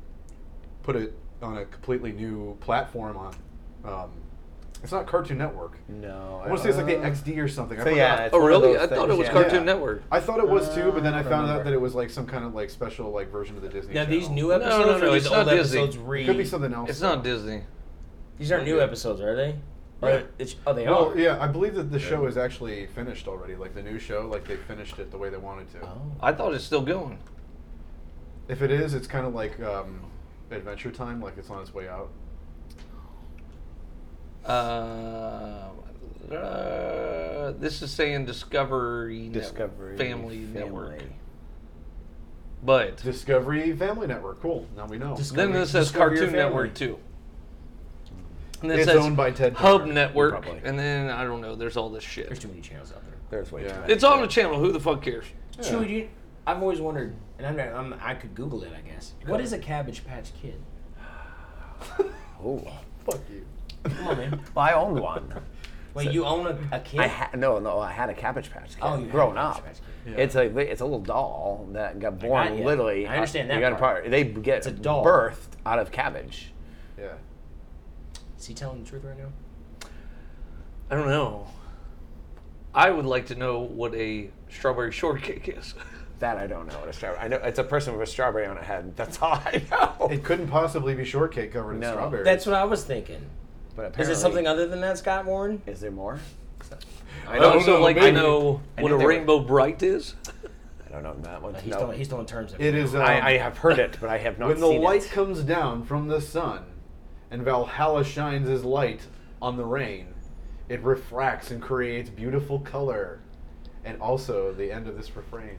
[SPEAKER 3] put it on a completely new platform. On, um, it's not Cartoon Network.
[SPEAKER 4] No,
[SPEAKER 3] I want to say it's like the XD or something. I
[SPEAKER 4] So
[SPEAKER 3] forgot.
[SPEAKER 4] yeah, it's
[SPEAKER 1] Oh,
[SPEAKER 4] one of
[SPEAKER 1] really?
[SPEAKER 4] those
[SPEAKER 1] I thought
[SPEAKER 4] things,
[SPEAKER 1] it was
[SPEAKER 4] yeah.
[SPEAKER 1] Cartoon
[SPEAKER 3] Yeah.
[SPEAKER 1] Network.
[SPEAKER 3] I thought it was too, but then
[SPEAKER 2] Uh,
[SPEAKER 3] I
[SPEAKER 2] I don't
[SPEAKER 3] found out
[SPEAKER 2] remember.
[SPEAKER 3] that it was like some kind of like special like version of the Disney.
[SPEAKER 2] now these
[SPEAKER 3] Channel.
[SPEAKER 2] new
[SPEAKER 1] No, no,
[SPEAKER 2] episodes.
[SPEAKER 1] no,
[SPEAKER 2] or these
[SPEAKER 1] it's
[SPEAKER 2] old
[SPEAKER 1] not Disney.
[SPEAKER 2] episodes
[SPEAKER 3] It
[SPEAKER 2] Read.
[SPEAKER 3] could be something else.
[SPEAKER 1] It's not
[SPEAKER 3] though.
[SPEAKER 1] Disney.
[SPEAKER 2] These aren't new episodes, are they? Or
[SPEAKER 3] Yeah.
[SPEAKER 2] it's, oh, they
[SPEAKER 3] Well,
[SPEAKER 2] are.
[SPEAKER 3] yeah, I believe that the show is actually finished already. Like the new show, like they finished it the way they wanted to.
[SPEAKER 2] Oh.
[SPEAKER 1] I thought it's still going.
[SPEAKER 3] If it is, it's kind of like um, Adventure Time, like it's on its way out.
[SPEAKER 1] Uh, uh, this is saying Discovery, Network-
[SPEAKER 4] Discovery
[SPEAKER 1] Family, Network. But
[SPEAKER 3] Discovery Family Network, cool. Now we know.
[SPEAKER 2] Discovery-
[SPEAKER 1] then this says
[SPEAKER 2] Discover your
[SPEAKER 1] Cartoon
[SPEAKER 2] family.
[SPEAKER 1] Network too. And then it
[SPEAKER 3] It's
[SPEAKER 1] says
[SPEAKER 3] owned by Ted
[SPEAKER 1] Hub
[SPEAKER 3] Turner,
[SPEAKER 1] Network,
[SPEAKER 4] probably.
[SPEAKER 1] and then I don't know. There's all this
[SPEAKER 2] There's
[SPEAKER 1] shit.
[SPEAKER 2] too many channels out there.
[SPEAKER 4] There's way
[SPEAKER 3] Yeah.
[SPEAKER 4] too many.
[SPEAKER 1] It's on the channel. Who the fuck cares?
[SPEAKER 2] Chewy, do you, I've always wondered, and I'm, not- I'm, I could Google it, I guess. What is a Cabbage Patch Kid?
[SPEAKER 4] Ooh.
[SPEAKER 3] Fuck you.
[SPEAKER 2] Come on, man.
[SPEAKER 4] Well, I owned one.
[SPEAKER 2] Wait, you own a, a kid?
[SPEAKER 4] I ha- no, no, I had a Cabbage Patch Kid.
[SPEAKER 2] Oh, you had a
[SPEAKER 4] grown
[SPEAKER 2] Cabbage
[SPEAKER 4] up.
[SPEAKER 2] Patch Kid.
[SPEAKER 3] Yeah.
[SPEAKER 4] It's a li- it's a little doll that got born
[SPEAKER 2] got you.
[SPEAKER 4] literally.
[SPEAKER 2] I understand that
[SPEAKER 4] You got a
[SPEAKER 2] part.
[SPEAKER 4] part. They get
[SPEAKER 2] It's a doll.
[SPEAKER 4] birthed out of cabbage.
[SPEAKER 3] Yeah.
[SPEAKER 2] Is he telling the truth right now?
[SPEAKER 1] I don't know. I would like to know what a strawberry shortcake is.
[SPEAKER 4] That I don't know what a strawberry. I know it's a person with a strawberry on a head. That's all I know.
[SPEAKER 3] It couldn't possibly be shortcake covered in
[SPEAKER 4] No.
[SPEAKER 3] strawberries.
[SPEAKER 2] That's what I was thinking.
[SPEAKER 4] but apparently,
[SPEAKER 2] Is it something other than that, Scott Warren?
[SPEAKER 4] Is there more?
[SPEAKER 1] I
[SPEAKER 3] don't
[SPEAKER 1] also
[SPEAKER 3] know,
[SPEAKER 1] like to
[SPEAKER 3] maybe.
[SPEAKER 1] know
[SPEAKER 4] I
[SPEAKER 1] what
[SPEAKER 4] knew
[SPEAKER 1] a
[SPEAKER 4] they were-
[SPEAKER 1] rainbow bright is.
[SPEAKER 4] I don't know that one.
[SPEAKER 2] He's,
[SPEAKER 4] no.
[SPEAKER 2] throwing, he's throwing terms at me.
[SPEAKER 3] it is. Um,
[SPEAKER 4] I, I have heard it, but I have not
[SPEAKER 3] when the
[SPEAKER 4] seen
[SPEAKER 3] light
[SPEAKER 4] it.
[SPEAKER 3] comes down from the sun, and Valhalla shines his light on the rain, it refracts and creates beautiful color, and also the end of this refrain.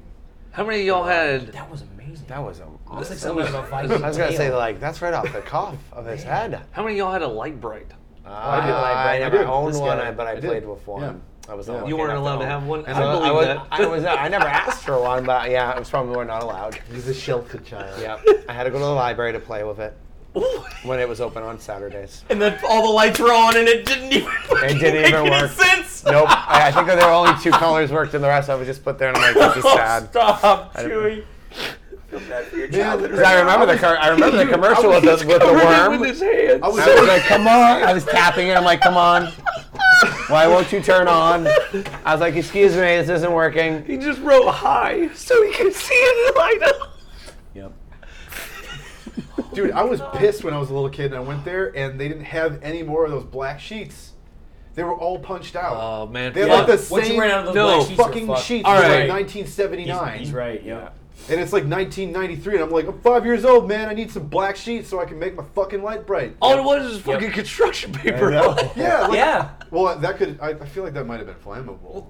[SPEAKER 1] How many of y'all had?
[SPEAKER 2] That was amazing.
[SPEAKER 4] That was a.
[SPEAKER 2] That's like something about
[SPEAKER 4] I
[SPEAKER 2] Viking
[SPEAKER 4] was gonna say
[SPEAKER 2] ale.
[SPEAKER 4] like that's right off the cuff of his head.
[SPEAKER 1] How many of y'all had a light bright?
[SPEAKER 4] I,
[SPEAKER 3] did.
[SPEAKER 4] I,
[SPEAKER 3] I
[SPEAKER 4] never
[SPEAKER 3] did.
[SPEAKER 4] owned
[SPEAKER 3] This
[SPEAKER 4] one,
[SPEAKER 3] guy.
[SPEAKER 4] I, but I,
[SPEAKER 3] I did.
[SPEAKER 4] played with one.
[SPEAKER 3] Yeah.
[SPEAKER 4] I was
[SPEAKER 3] Yeah.
[SPEAKER 4] not
[SPEAKER 3] You
[SPEAKER 4] lucky
[SPEAKER 1] weren't
[SPEAKER 4] enough
[SPEAKER 1] allowed to
[SPEAKER 4] own
[SPEAKER 1] have one?
[SPEAKER 4] And
[SPEAKER 1] I
[SPEAKER 4] I,
[SPEAKER 1] believe
[SPEAKER 4] I was,
[SPEAKER 1] that.
[SPEAKER 4] I was. I never asked for one, but yeah, I was probably not allowed.
[SPEAKER 3] He's a shelter child.
[SPEAKER 4] Yep. I had to go to the library to play with it. when it was open on Saturdays.
[SPEAKER 2] And then all the lights were on, and it didn't even.
[SPEAKER 4] It
[SPEAKER 2] fucking
[SPEAKER 4] didn't
[SPEAKER 2] make
[SPEAKER 4] even
[SPEAKER 2] any
[SPEAKER 4] work.
[SPEAKER 2] Sense.
[SPEAKER 4] Nope. I, I think there were only two colors worked, and the rest I was just put there, and I'm like, this is
[SPEAKER 2] Oh,
[SPEAKER 4] sad.
[SPEAKER 2] Stop,
[SPEAKER 4] don't-
[SPEAKER 2] Chewy. I feel bad for your
[SPEAKER 3] Man,
[SPEAKER 2] childhood.
[SPEAKER 4] Because I remember the car, I remember the
[SPEAKER 3] Dude, I
[SPEAKER 4] commercial
[SPEAKER 3] was
[SPEAKER 4] with the, with the
[SPEAKER 1] Covered it
[SPEAKER 4] worm.
[SPEAKER 1] with his hands.
[SPEAKER 3] I was,
[SPEAKER 4] I was like, come on. I was tapping it. I'm like, come on. Why won't you turn on? I was like, excuse me, this isn't working.
[SPEAKER 1] he just wrote hi so he could see it light up.
[SPEAKER 4] Yep.
[SPEAKER 3] dude, I was pissed when I was a little kid and I went there and they didn't have any more of those black sheets. They were all punched out.
[SPEAKER 1] Oh man,
[SPEAKER 3] They had
[SPEAKER 1] fuck.
[SPEAKER 3] like the
[SPEAKER 2] Once
[SPEAKER 3] same
[SPEAKER 2] you ran out of those
[SPEAKER 1] No,
[SPEAKER 2] black sheets,
[SPEAKER 3] fucking
[SPEAKER 2] you're fucked.
[SPEAKER 3] sheets.
[SPEAKER 1] All
[SPEAKER 3] from, like
[SPEAKER 1] right.
[SPEAKER 3] 1979.
[SPEAKER 2] He's, he's right. Yeah.
[SPEAKER 3] And it's like 1993, and I'm like, I'm five years old, man. I need some black sheets so I can make my fucking light bright.
[SPEAKER 1] all it was is fucking construction paper.
[SPEAKER 3] yeah, like,
[SPEAKER 2] Yeah.
[SPEAKER 3] Well, that could. I, I feel like that might have been flammable.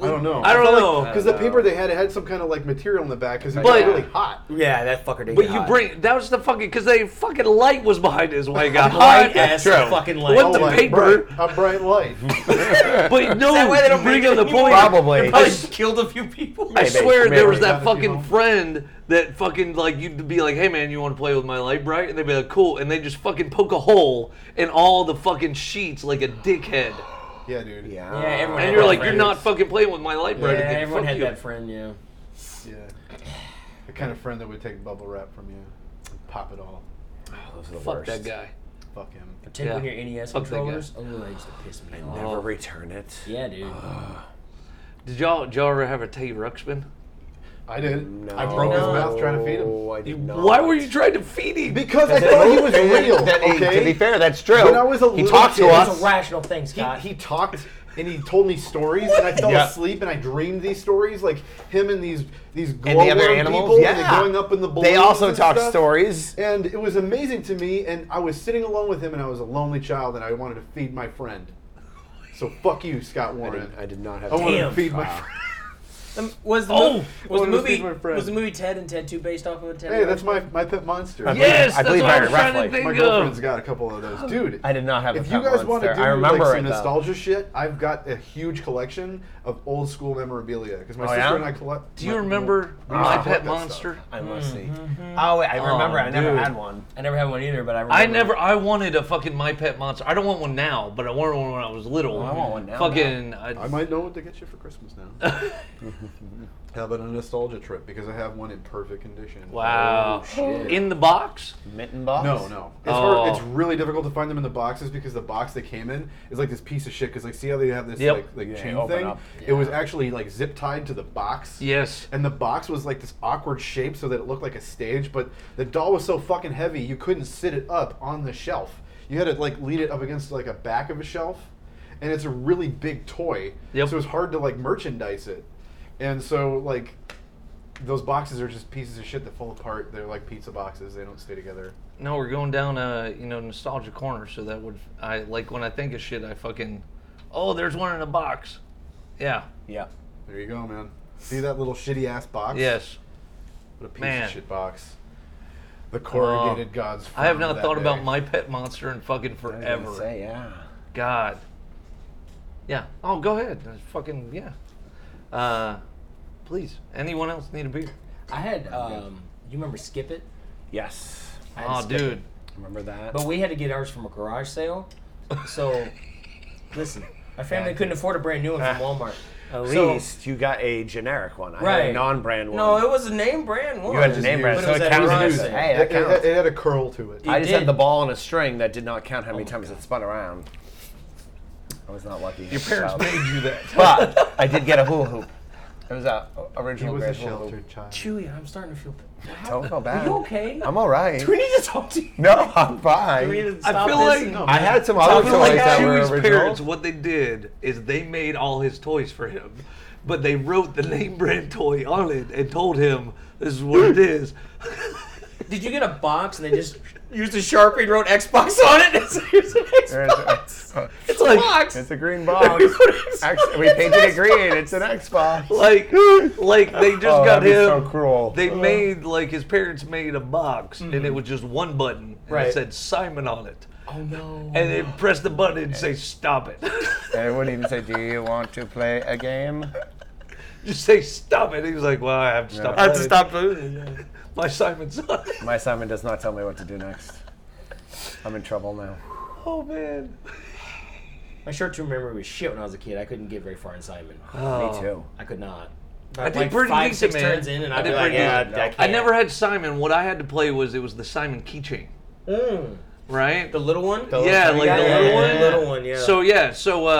[SPEAKER 3] I don't know.
[SPEAKER 1] I don't know.
[SPEAKER 3] Because the paper they had it had some kind of like material in the back because it
[SPEAKER 1] But-
[SPEAKER 3] was really hot.
[SPEAKER 2] Yeah, that fucker did.
[SPEAKER 1] But
[SPEAKER 2] get
[SPEAKER 1] you
[SPEAKER 2] hot.
[SPEAKER 1] bring that was the fucking because they fucking light was behind us when it got
[SPEAKER 2] Bright
[SPEAKER 1] hot.
[SPEAKER 2] ass
[SPEAKER 4] True.
[SPEAKER 2] fucking light.
[SPEAKER 1] Oh, What the
[SPEAKER 3] like,
[SPEAKER 1] paper.
[SPEAKER 3] bright- a bright light.
[SPEAKER 1] But no,
[SPEAKER 2] that why they don't
[SPEAKER 1] bring
[SPEAKER 2] make
[SPEAKER 1] up
[SPEAKER 2] it
[SPEAKER 1] the point.
[SPEAKER 4] Probably.
[SPEAKER 2] I just killed a few people.
[SPEAKER 1] I swear
[SPEAKER 4] maybe.
[SPEAKER 1] there was
[SPEAKER 3] Maybe.
[SPEAKER 1] that
[SPEAKER 3] Got a few
[SPEAKER 1] fucking
[SPEAKER 3] more.
[SPEAKER 1] friend that fucking like you'd be like, hey man, you want to play with my light bright? And they'd be like, cool. And they just fucking poke a hole in all the fucking sheets like a dickhead.
[SPEAKER 3] yeah, dude.
[SPEAKER 4] Yeah.
[SPEAKER 2] everyone
[SPEAKER 1] And
[SPEAKER 2] had
[SPEAKER 1] you're
[SPEAKER 2] that
[SPEAKER 1] like, you're
[SPEAKER 2] friend.
[SPEAKER 1] not fucking playing with my light
[SPEAKER 2] Yeah,
[SPEAKER 1] bright. again.
[SPEAKER 2] everyone
[SPEAKER 1] Fuck
[SPEAKER 2] had
[SPEAKER 1] you.
[SPEAKER 2] that friend. Yeah.
[SPEAKER 3] Yeah. The kind of friend that would take bubble wrap from you, and pop it all.
[SPEAKER 4] Those are the
[SPEAKER 1] Fuck that guy.
[SPEAKER 3] Fuck him.
[SPEAKER 2] Particularly
[SPEAKER 1] Yeah.
[SPEAKER 2] when your NES
[SPEAKER 1] Fuck that guy.
[SPEAKER 2] controllers. Oh, they used to piss me off.
[SPEAKER 4] Never return it.
[SPEAKER 2] Yeah, dude.
[SPEAKER 1] Did y'all, did y'all ever have a Tay Ruxpin?
[SPEAKER 3] I did.
[SPEAKER 4] No.
[SPEAKER 3] I broke his
[SPEAKER 2] No.
[SPEAKER 3] mouth trying to feed him.
[SPEAKER 4] No, I did not.
[SPEAKER 1] Why were you trying to feed him?
[SPEAKER 3] Because I
[SPEAKER 4] That
[SPEAKER 3] thought he
[SPEAKER 4] movie-
[SPEAKER 3] was real.
[SPEAKER 4] that-
[SPEAKER 3] okay.
[SPEAKER 4] To be fair, that's true.
[SPEAKER 3] When I was a
[SPEAKER 4] he
[SPEAKER 3] little
[SPEAKER 4] talked to
[SPEAKER 3] kid-
[SPEAKER 2] It's
[SPEAKER 4] us.
[SPEAKER 2] a rational thing, Scott.
[SPEAKER 3] He, he talked and he told me stories, and I fell
[SPEAKER 4] Yeah.
[SPEAKER 3] asleep and I dreamed these stories, like him and these these
[SPEAKER 4] and the other
[SPEAKER 3] glowworm
[SPEAKER 4] animals.
[SPEAKER 3] people,
[SPEAKER 4] yeah.
[SPEAKER 3] and they're going up in the balloons.
[SPEAKER 4] They also
[SPEAKER 3] and
[SPEAKER 4] talk
[SPEAKER 3] stuff.
[SPEAKER 4] stories.
[SPEAKER 3] and it was amazing to me. And I was sitting alone with him, and I was a lonely child, and I wanted to feed my friend. So fuck you, Scott
[SPEAKER 4] I
[SPEAKER 3] Warren.
[SPEAKER 4] did, I did not have.
[SPEAKER 3] I wanted
[SPEAKER 2] Damn.
[SPEAKER 3] to feed my friend.
[SPEAKER 2] Um, was the
[SPEAKER 1] Oh!
[SPEAKER 2] movie, was the
[SPEAKER 3] Wanted to
[SPEAKER 2] movie
[SPEAKER 3] speak to my friend.
[SPEAKER 2] was the movie Ted and Ted Two based off of a Ted?
[SPEAKER 3] Hey, that's my my pet monster.
[SPEAKER 4] I believe-
[SPEAKER 1] yes,
[SPEAKER 4] I
[SPEAKER 1] that's
[SPEAKER 4] believe
[SPEAKER 1] what
[SPEAKER 4] I
[SPEAKER 1] I was trying to
[SPEAKER 4] reflect.
[SPEAKER 1] think
[SPEAKER 3] My
[SPEAKER 1] of.
[SPEAKER 3] girlfriend's got a couple of those, dude.
[SPEAKER 4] I did not have. a
[SPEAKER 3] if you
[SPEAKER 4] pet
[SPEAKER 3] guys want
[SPEAKER 4] monster.
[SPEAKER 3] to do
[SPEAKER 4] I remember
[SPEAKER 3] like,
[SPEAKER 4] it
[SPEAKER 3] some
[SPEAKER 4] though.
[SPEAKER 3] nostalgia shit, I've got a huge collection of old school memorabilia because my
[SPEAKER 4] Oh,
[SPEAKER 3] sister
[SPEAKER 4] yeah?
[SPEAKER 3] and I collect.
[SPEAKER 1] Do you remember
[SPEAKER 3] used
[SPEAKER 1] My
[SPEAKER 3] to
[SPEAKER 1] Pet
[SPEAKER 3] collect that
[SPEAKER 1] Monster?
[SPEAKER 3] stuff.
[SPEAKER 4] I must see.
[SPEAKER 2] Mm-hmm.
[SPEAKER 4] Oh wait, I remember. I never
[SPEAKER 1] dude.
[SPEAKER 4] had one.
[SPEAKER 2] I never had one either, but I remember.
[SPEAKER 1] I never. I wanted a fucking My Pet Monster. I don't want one now, but I wanted one when I was little.
[SPEAKER 4] Oh, I want one now,
[SPEAKER 1] Fucking. uh,
[SPEAKER 3] I
[SPEAKER 1] I,
[SPEAKER 3] might know what to get you for Christmas now. How about a nostalgia trip because I have one in perfect condition. Oh,
[SPEAKER 1] wow. In the box.
[SPEAKER 4] Mitten box.
[SPEAKER 3] No, no. It's, hard,
[SPEAKER 1] Oh.
[SPEAKER 3] it's really difficult to find them in the boxes because the box they came in is like this piece of shit. Because like, see how they have this
[SPEAKER 1] Yep.
[SPEAKER 3] like, like
[SPEAKER 4] Yeah,
[SPEAKER 3] chain
[SPEAKER 4] open
[SPEAKER 3] thing?
[SPEAKER 4] up.
[SPEAKER 3] It was actually like zip tied to the box.
[SPEAKER 1] Yes.
[SPEAKER 3] And the box was like this awkward shape so that it looked like a stage, but the doll was so fucking heavy you couldn't sit it up on the shelf. You had to like lean it up against like a back of a shelf, and it's a really big toy,
[SPEAKER 1] Yep.
[SPEAKER 3] so it's hard to like merchandise it. And so like those boxes are just pieces of shit that fall apart. They're like pizza boxes; they don't stay together.
[SPEAKER 1] No, we're going down a you know nostalgia corner. So that would I like when I think of shit. I fucking. Oh, there's one in a box. Yeah.
[SPEAKER 4] Yeah.
[SPEAKER 3] There you go, man. See that little shitty ass box?
[SPEAKER 1] Yes.
[SPEAKER 3] What a piece
[SPEAKER 1] Man. Oh.
[SPEAKER 3] of shit box. The corrugated gods.
[SPEAKER 1] I have
[SPEAKER 3] frowned
[SPEAKER 1] not
[SPEAKER 3] that
[SPEAKER 1] thought
[SPEAKER 3] day.
[SPEAKER 1] about My Pet Monster in fucking forever.
[SPEAKER 4] Say yeah.
[SPEAKER 1] God. Yeah. Oh, go ahead. Uh, Fucking yeah. Uh, please. Anyone else need a beer?
[SPEAKER 2] I had. Um, you remember Skip It?
[SPEAKER 4] Yes.
[SPEAKER 2] I had
[SPEAKER 1] Oh,
[SPEAKER 2] Skip It.
[SPEAKER 1] dude.
[SPEAKER 4] Remember that.
[SPEAKER 2] But we had to get ours from a garage sale. So, listen, my family couldn't afford a brand new one
[SPEAKER 4] Ah.
[SPEAKER 2] from Walmart.
[SPEAKER 4] At
[SPEAKER 2] So-
[SPEAKER 4] least you got a generic one. I had a
[SPEAKER 2] Right.
[SPEAKER 4] non-brand one.
[SPEAKER 2] No, it was a name brand one.
[SPEAKER 4] you had a
[SPEAKER 3] just
[SPEAKER 4] name brand,
[SPEAKER 3] used.
[SPEAKER 4] so
[SPEAKER 2] But
[SPEAKER 4] it,
[SPEAKER 2] it was
[SPEAKER 4] counts.
[SPEAKER 2] that
[SPEAKER 4] as-
[SPEAKER 2] Verizon.
[SPEAKER 4] Hey, that
[SPEAKER 3] It, it,
[SPEAKER 4] counts.
[SPEAKER 3] it had a curl to it.
[SPEAKER 4] I just
[SPEAKER 2] did.
[SPEAKER 4] had the ball on a string that did not count
[SPEAKER 1] Oh
[SPEAKER 4] how many times it spun around. I was not lucky. Um,
[SPEAKER 1] Your parents made you that.
[SPEAKER 4] But I did get a hula hoop. It was a
[SPEAKER 3] He
[SPEAKER 4] original
[SPEAKER 3] was a
[SPEAKER 4] grade hula hoop.
[SPEAKER 3] sheltered child.
[SPEAKER 2] Chewy, I'm starting to feel.
[SPEAKER 4] Don't feel bad.
[SPEAKER 2] Are you okay?
[SPEAKER 4] I'm all right.
[SPEAKER 2] we need to talk to you.
[SPEAKER 4] No, I'm
[SPEAKER 2] We need
[SPEAKER 4] fine.
[SPEAKER 2] to stop
[SPEAKER 1] feel
[SPEAKER 2] this
[SPEAKER 1] like-
[SPEAKER 2] and-
[SPEAKER 1] no.
[SPEAKER 4] I had some
[SPEAKER 1] I
[SPEAKER 4] other
[SPEAKER 1] feel
[SPEAKER 4] toys
[SPEAKER 1] like
[SPEAKER 4] that were
[SPEAKER 1] Chewie's
[SPEAKER 4] original.
[SPEAKER 1] parents, what they did is they made all his toys for him, but they wrote the name brand toy on it and told him this is what it is.
[SPEAKER 2] Did you get a box and they just used a sharpie and wrote Xbox on it? It's, here's an Xbox. It's a
[SPEAKER 1] like-
[SPEAKER 2] box.
[SPEAKER 4] It's a green box. X, we painted it green. It's an Xbox.
[SPEAKER 1] Like, like they just
[SPEAKER 4] Oh,
[SPEAKER 1] got
[SPEAKER 4] that'd be
[SPEAKER 1] him.
[SPEAKER 4] so cruel. Uh-huh.
[SPEAKER 1] They made like his parents made a box, and it was just one button, and it
[SPEAKER 2] Right.
[SPEAKER 1] said Simon on it,
[SPEAKER 2] oh no.
[SPEAKER 1] and they press the button and say stop it.
[SPEAKER 4] They wouldn't even say, "Do you want to play a game?"
[SPEAKER 1] just say stop it. He was like, well, I have to stop.
[SPEAKER 4] I
[SPEAKER 1] playing.
[SPEAKER 2] losing.
[SPEAKER 1] My Simon's on it.
[SPEAKER 4] My Simon does not tell me what to do next. I'm in trouble now.
[SPEAKER 1] Oh man.
[SPEAKER 2] My short-term memory was shit when I was a kid. I couldn't get very far in Simon.
[SPEAKER 1] Oh.
[SPEAKER 4] Me too.
[SPEAKER 2] I could not.
[SPEAKER 1] I did
[SPEAKER 2] like
[SPEAKER 1] pretty
[SPEAKER 2] five,
[SPEAKER 1] decent,
[SPEAKER 2] six
[SPEAKER 1] man.
[SPEAKER 2] turns in, and
[SPEAKER 1] I
[SPEAKER 2] I'd be
[SPEAKER 1] did
[SPEAKER 2] like,
[SPEAKER 1] pretty
[SPEAKER 2] yeah,
[SPEAKER 1] decent.
[SPEAKER 2] I,
[SPEAKER 1] I
[SPEAKER 2] can't."
[SPEAKER 1] never had Simon. What I had to play was it was the Simon keychain,
[SPEAKER 2] Mm.
[SPEAKER 1] right?
[SPEAKER 2] The little one.
[SPEAKER 4] The-
[SPEAKER 1] yeah, like
[SPEAKER 4] Yeah,
[SPEAKER 1] the
[SPEAKER 4] yeah,
[SPEAKER 1] little
[SPEAKER 4] yeah,
[SPEAKER 1] one.
[SPEAKER 4] yeah.
[SPEAKER 2] Little one, yeah.
[SPEAKER 1] So yeah, so uh,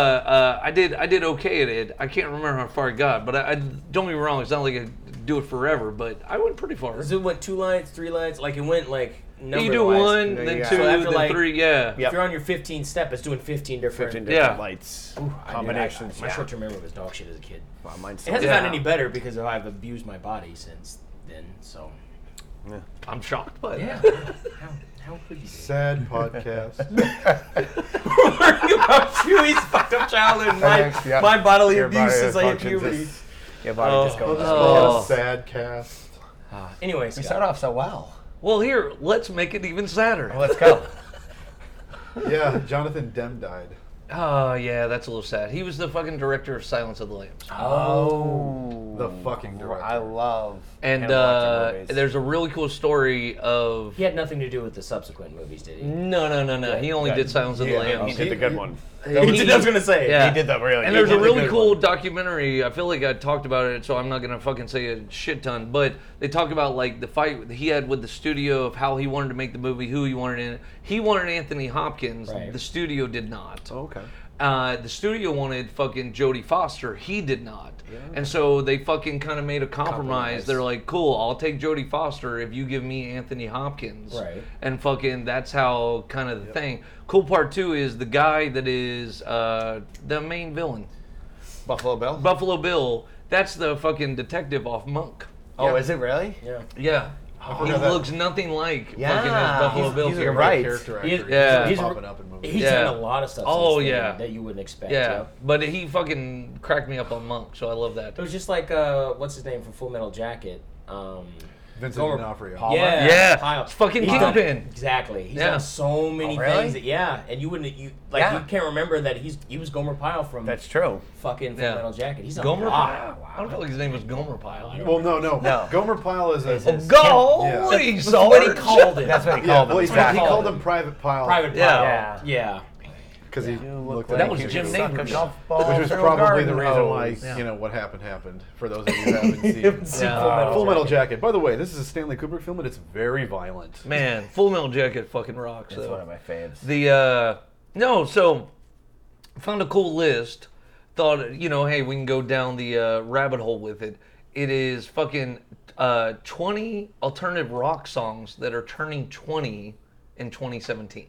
[SPEAKER 1] uh, I did I did okay at it. I can't remember how far I got, but I, I don't get me wrong. It's not like I do it forever, but I went pretty far.
[SPEAKER 2] So it went two lines, three lines. Like it went like number.
[SPEAKER 1] You do one,
[SPEAKER 4] No,
[SPEAKER 1] then
[SPEAKER 4] you got
[SPEAKER 1] two,
[SPEAKER 4] it. So
[SPEAKER 2] after,
[SPEAKER 1] then
[SPEAKER 2] like-
[SPEAKER 1] three. Yeah.
[SPEAKER 4] Yeah.
[SPEAKER 2] If you're on your 15 step, it's doing 15 different.
[SPEAKER 4] 15
[SPEAKER 1] Yeah.
[SPEAKER 4] different lights,
[SPEAKER 2] I-
[SPEAKER 4] combinations.
[SPEAKER 2] I- my
[SPEAKER 4] yeah.
[SPEAKER 2] short-term memory was dog shit as a kid.
[SPEAKER 4] Wow, mine's
[SPEAKER 2] It
[SPEAKER 4] still-
[SPEAKER 2] hasn't
[SPEAKER 1] Yeah.
[SPEAKER 2] gotten any better because I've abused my body since then. So
[SPEAKER 1] I'm shocked by
[SPEAKER 2] yeah,
[SPEAKER 1] that.
[SPEAKER 2] how, how could you?
[SPEAKER 3] Sad podcast.
[SPEAKER 2] Worrying about Chewy's fucked up childhood, and my,
[SPEAKER 4] Thanks, yeah.
[SPEAKER 2] my bodily
[SPEAKER 4] Your
[SPEAKER 2] abuse
[SPEAKER 4] body
[SPEAKER 2] since I hit
[SPEAKER 4] functions
[SPEAKER 2] puberty.
[SPEAKER 4] is- Your body just goes.
[SPEAKER 1] Oh.
[SPEAKER 3] oh. Sad cast.
[SPEAKER 2] Anyway, Scott,
[SPEAKER 4] off so well.
[SPEAKER 1] Well, here, let's make it even sadder.
[SPEAKER 4] Let's go.
[SPEAKER 3] Yeah, Jonathan Dem died.
[SPEAKER 1] Oh yeah, that's a little sad. He was the fucking director of Silence of the Lambs,
[SPEAKER 4] Oh,
[SPEAKER 3] The fucking director.
[SPEAKER 4] I love
[SPEAKER 1] and uh,
[SPEAKER 4] Aronofsky movies.
[SPEAKER 1] there's a really cool story of.
[SPEAKER 2] he had nothing to do with the subsequent movies, did he?
[SPEAKER 1] No, no, no, no. He only
[SPEAKER 4] Yeah.
[SPEAKER 1] did Silence of the
[SPEAKER 4] Yeah,
[SPEAKER 1] Lambs.
[SPEAKER 4] He did the good one.
[SPEAKER 2] I was gonna say.
[SPEAKER 1] Yeah.
[SPEAKER 4] He did the really.
[SPEAKER 1] And
[SPEAKER 4] he
[SPEAKER 1] there's
[SPEAKER 4] did
[SPEAKER 1] a
[SPEAKER 4] the
[SPEAKER 1] really
[SPEAKER 4] good
[SPEAKER 1] cool
[SPEAKER 4] one.
[SPEAKER 1] documentary. I feel like I talked about it, so I'm not gonna fucking say a shit ton. But they talk about like the fight he had with the studio of how he wanted to make the movie, who he wanted in it. He wanted Anthony Hopkins.
[SPEAKER 2] Right.
[SPEAKER 1] The studio did not.
[SPEAKER 4] Oh, Okay.
[SPEAKER 1] Uh, the studio wanted fucking Jodie Foster. He did not. And so they fucking kind of made a compromise.
[SPEAKER 4] Compromise.
[SPEAKER 1] They're like, cool, I'll take Jodie Foster if you give me Anthony Hopkins.
[SPEAKER 2] Right.
[SPEAKER 1] And fucking, that's how kind of the thing. Cool part two is the guy that is uh, the main villain,
[SPEAKER 4] Buffalo Bill.
[SPEAKER 1] Buffalo Bill. That's the fucking detective off Monk.
[SPEAKER 4] oh, is it really?
[SPEAKER 2] Yeah.
[SPEAKER 1] Yeah. he
[SPEAKER 3] forgot that.
[SPEAKER 1] looks nothing like fucking
[SPEAKER 4] Yeah.
[SPEAKER 1] as Buffalo
[SPEAKER 4] He's-
[SPEAKER 1] Bill.
[SPEAKER 4] he's a
[SPEAKER 1] character.
[SPEAKER 4] Right.
[SPEAKER 3] Character actor.
[SPEAKER 2] He's-
[SPEAKER 3] He's
[SPEAKER 1] yeah.
[SPEAKER 3] been
[SPEAKER 1] He's-
[SPEAKER 3] popping up in movies.
[SPEAKER 2] He's
[SPEAKER 1] Yeah.
[SPEAKER 2] done a lot of stuff.
[SPEAKER 1] Oh,
[SPEAKER 2] since then
[SPEAKER 1] yeah.
[SPEAKER 2] that you wouldn't expect.
[SPEAKER 1] Yeah.
[SPEAKER 2] Yeah.
[SPEAKER 1] But he fucking cracked me up on Monk, so I love that.
[SPEAKER 2] It was just like uh, what's his name from Full Metal Jacket. Um,
[SPEAKER 3] Vincent
[SPEAKER 2] Or-
[SPEAKER 3] D'Onofrio.
[SPEAKER 2] Yeah,
[SPEAKER 1] Yeah.
[SPEAKER 2] Pyle.
[SPEAKER 1] It's fucking
[SPEAKER 2] He's done-
[SPEAKER 1] Kingpin.
[SPEAKER 2] Exactly. He's
[SPEAKER 1] Yeah.
[SPEAKER 2] done so many
[SPEAKER 4] Oh, really?
[SPEAKER 2] things. That, yeah, and you wouldn't you like
[SPEAKER 4] Yeah.
[SPEAKER 2] you can't remember that he's he was Gomer Pyle from
[SPEAKER 4] That's true.
[SPEAKER 2] fucking Full
[SPEAKER 1] Yeah.
[SPEAKER 2] Metal Jacket. He's done a
[SPEAKER 1] Gomer
[SPEAKER 2] lot.
[SPEAKER 1] Pyle. I don't feel like his name was Gomer Pyle. I don't
[SPEAKER 3] Well, no, no.
[SPEAKER 4] No.
[SPEAKER 3] Gomer Pyle is a.
[SPEAKER 2] Is-
[SPEAKER 1] Go!
[SPEAKER 3] Yeah.
[SPEAKER 2] That's what he called it.
[SPEAKER 4] That's what he
[SPEAKER 3] yeah,
[SPEAKER 4] called
[SPEAKER 3] well,
[SPEAKER 4] him.
[SPEAKER 3] he, he
[SPEAKER 2] exactly.
[SPEAKER 3] called him Private Pyle.
[SPEAKER 2] Private
[SPEAKER 1] Yeah.
[SPEAKER 2] Pyle.
[SPEAKER 4] Yeah.
[SPEAKER 2] Yeah.
[SPEAKER 3] Because he
[SPEAKER 4] You
[SPEAKER 3] looked
[SPEAKER 4] look
[SPEAKER 3] like
[SPEAKER 1] That
[SPEAKER 4] like
[SPEAKER 1] was
[SPEAKER 4] you
[SPEAKER 1] Jim
[SPEAKER 4] suck a
[SPEAKER 1] Neighbors.
[SPEAKER 4] golf ball
[SPEAKER 3] Which was
[SPEAKER 4] through a
[SPEAKER 3] probably
[SPEAKER 4] garden
[SPEAKER 3] the reason why
[SPEAKER 4] hose.
[SPEAKER 3] you know what happened happened. For those of you who haven't seen,
[SPEAKER 2] seen
[SPEAKER 1] Yeah.
[SPEAKER 2] Full Metal
[SPEAKER 3] Full Metal
[SPEAKER 2] Jacket.
[SPEAKER 3] Jacket. By the way, this is a Stanley Kubrick film, and it's very violent.
[SPEAKER 1] Man, Full Metal Jacket fucking rocks.
[SPEAKER 4] It's
[SPEAKER 1] though.
[SPEAKER 4] one of my faves.
[SPEAKER 1] The uh, no, so found a cool list. Thought you know, hey, we can go down the uh, rabbit hole with it. It is fucking uh, twenty alternative rock songs that are turning twenty in 2017.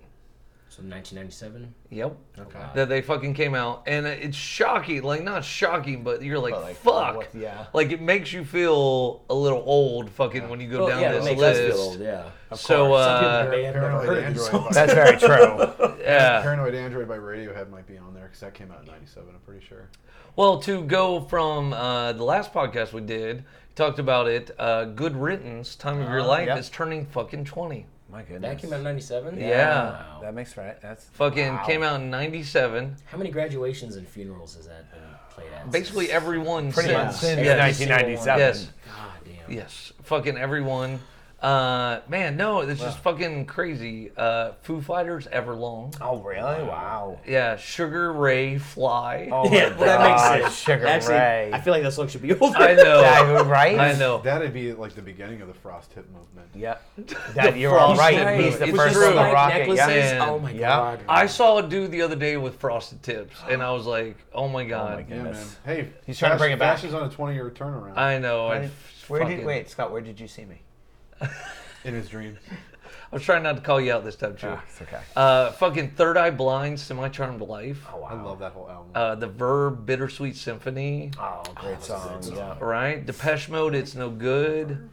[SPEAKER 2] So 1997.
[SPEAKER 1] Yep.
[SPEAKER 2] Okay.
[SPEAKER 1] That they fucking came out, and it's shocking. Like not shocking, but you're like,
[SPEAKER 4] But, like,
[SPEAKER 1] fuck.
[SPEAKER 4] what- yeah.
[SPEAKER 1] Like it makes you feel a little old, fucking, when you go down
[SPEAKER 2] yeah, it
[SPEAKER 1] this
[SPEAKER 2] makes
[SPEAKER 1] list.
[SPEAKER 2] us feel old. Yeah.
[SPEAKER 1] So
[SPEAKER 2] Some people
[SPEAKER 1] uh,
[SPEAKER 2] may have never
[SPEAKER 3] Paranoid
[SPEAKER 2] heard of these
[SPEAKER 3] Android.
[SPEAKER 2] songs.
[SPEAKER 4] That's very true.
[SPEAKER 1] yeah.
[SPEAKER 3] Paranoid Android by Radiohead might be on there because that came out in '97. I'm pretty sure.
[SPEAKER 1] Well, to go from uh, the last podcast we did, talked about it. Uh, Good Riddance, Time of Your
[SPEAKER 2] Uh-huh,
[SPEAKER 1] Life
[SPEAKER 4] yep.
[SPEAKER 1] is turning fucking twenty.
[SPEAKER 4] My
[SPEAKER 2] That
[SPEAKER 4] goodness.
[SPEAKER 2] came out in 97?
[SPEAKER 1] Yeah.
[SPEAKER 2] Wow.
[SPEAKER 4] That makes right. That's
[SPEAKER 1] Fucking
[SPEAKER 4] wow.
[SPEAKER 1] came out in '97.
[SPEAKER 2] How many graduations and funerals has that been played at?
[SPEAKER 1] Basically, everyone
[SPEAKER 4] Pretty much
[SPEAKER 1] since.
[SPEAKER 4] since
[SPEAKER 2] Yeah.
[SPEAKER 4] 1997.
[SPEAKER 1] Yes.
[SPEAKER 2] God damn.
[SPEAKER 1] Yes. Fucking everyone. Uh, man, no, it's just fucking crazy. Uh, Foo Fighters, Everlong.
[SPEAKER 4] Oh really? Wow.
[SPEAKER 1] Yeah, Sugar Ray Fly.
[SPEAKER 4] Oh
[SPEAKER 2] Yeah,
[SPEAKER 4] my
[SPEAKER 2] well, that
[SPEAKER 4] God,
[SPEAKER 2] makes sense.
[SPEAKER 4] Sugar
[SPEAKER 2] Actually,
[SPEAKER 4] Ray.
[SPEAKER 2] I feel like that song should be over.
[SPEAKER 1] I know.
[SPEAKER 4] Yeah, right?
[SPEAKER 1] I know.
[SPEAKER 3] That'd be like the beginning of the frost hip movement.
[SPEAKER 4] Yeah. That you're all
[SPEAKER 1] frost
[SPEAKER 4] right.
[SPEAKER 1] type
[SPEAKER 4] He's the
[SPEAKER 1] movie. It's
[SPEAKER 4] first one to
[SPEAKER 1] just
[SPEAKER 4] rock it.
[SPEAKER 2] necklaces.
[SPEAKER 4] Yeah.
[SPEAKER 1] yeah.
[SPEAKER 2] Oh my
[SPEAKER 4] Yeah.
[SPEAKER 2] god.
[SPEAKER 1] I saw a dude the other day with frosted tips, and I was like, oh my god.
[SPEAKER 4] my God.
[SPEAKER 3] Yeah, man.
[SPEAKER 4] Yes.
[SPEAKER 3] Hey,
[SPEAKER 4] He's trying to bring it back. Uh,
[SPEAKER 3] Fashion's on a 20-year turnaround
[SPEAKER 1] I know. I,
[SPEAKER 4] Where did
[SPEAKER 1] fucking-
[SPEAKER 4] wait, Scott? Where did you see me?
[SPEAKER 3] in his dreams.
[SPEAKER 1] I was trying not to call you out this time, too.
[SPEAKER 4] It's okay.
[SPEAKER 1] Uh, fucking Third Eye Blind, Semi Charmed Life.
[SPEAKER 4] Oh,
[SPEAKER 3] I love that whole album.
[SPEAKER 1] Uh, the Verb, Bittersweet Symphony.
[SPEAKER 4] Oh, great song. Yeah.
[SPEAKER 1] Right? Depeche Mode, It's No Good.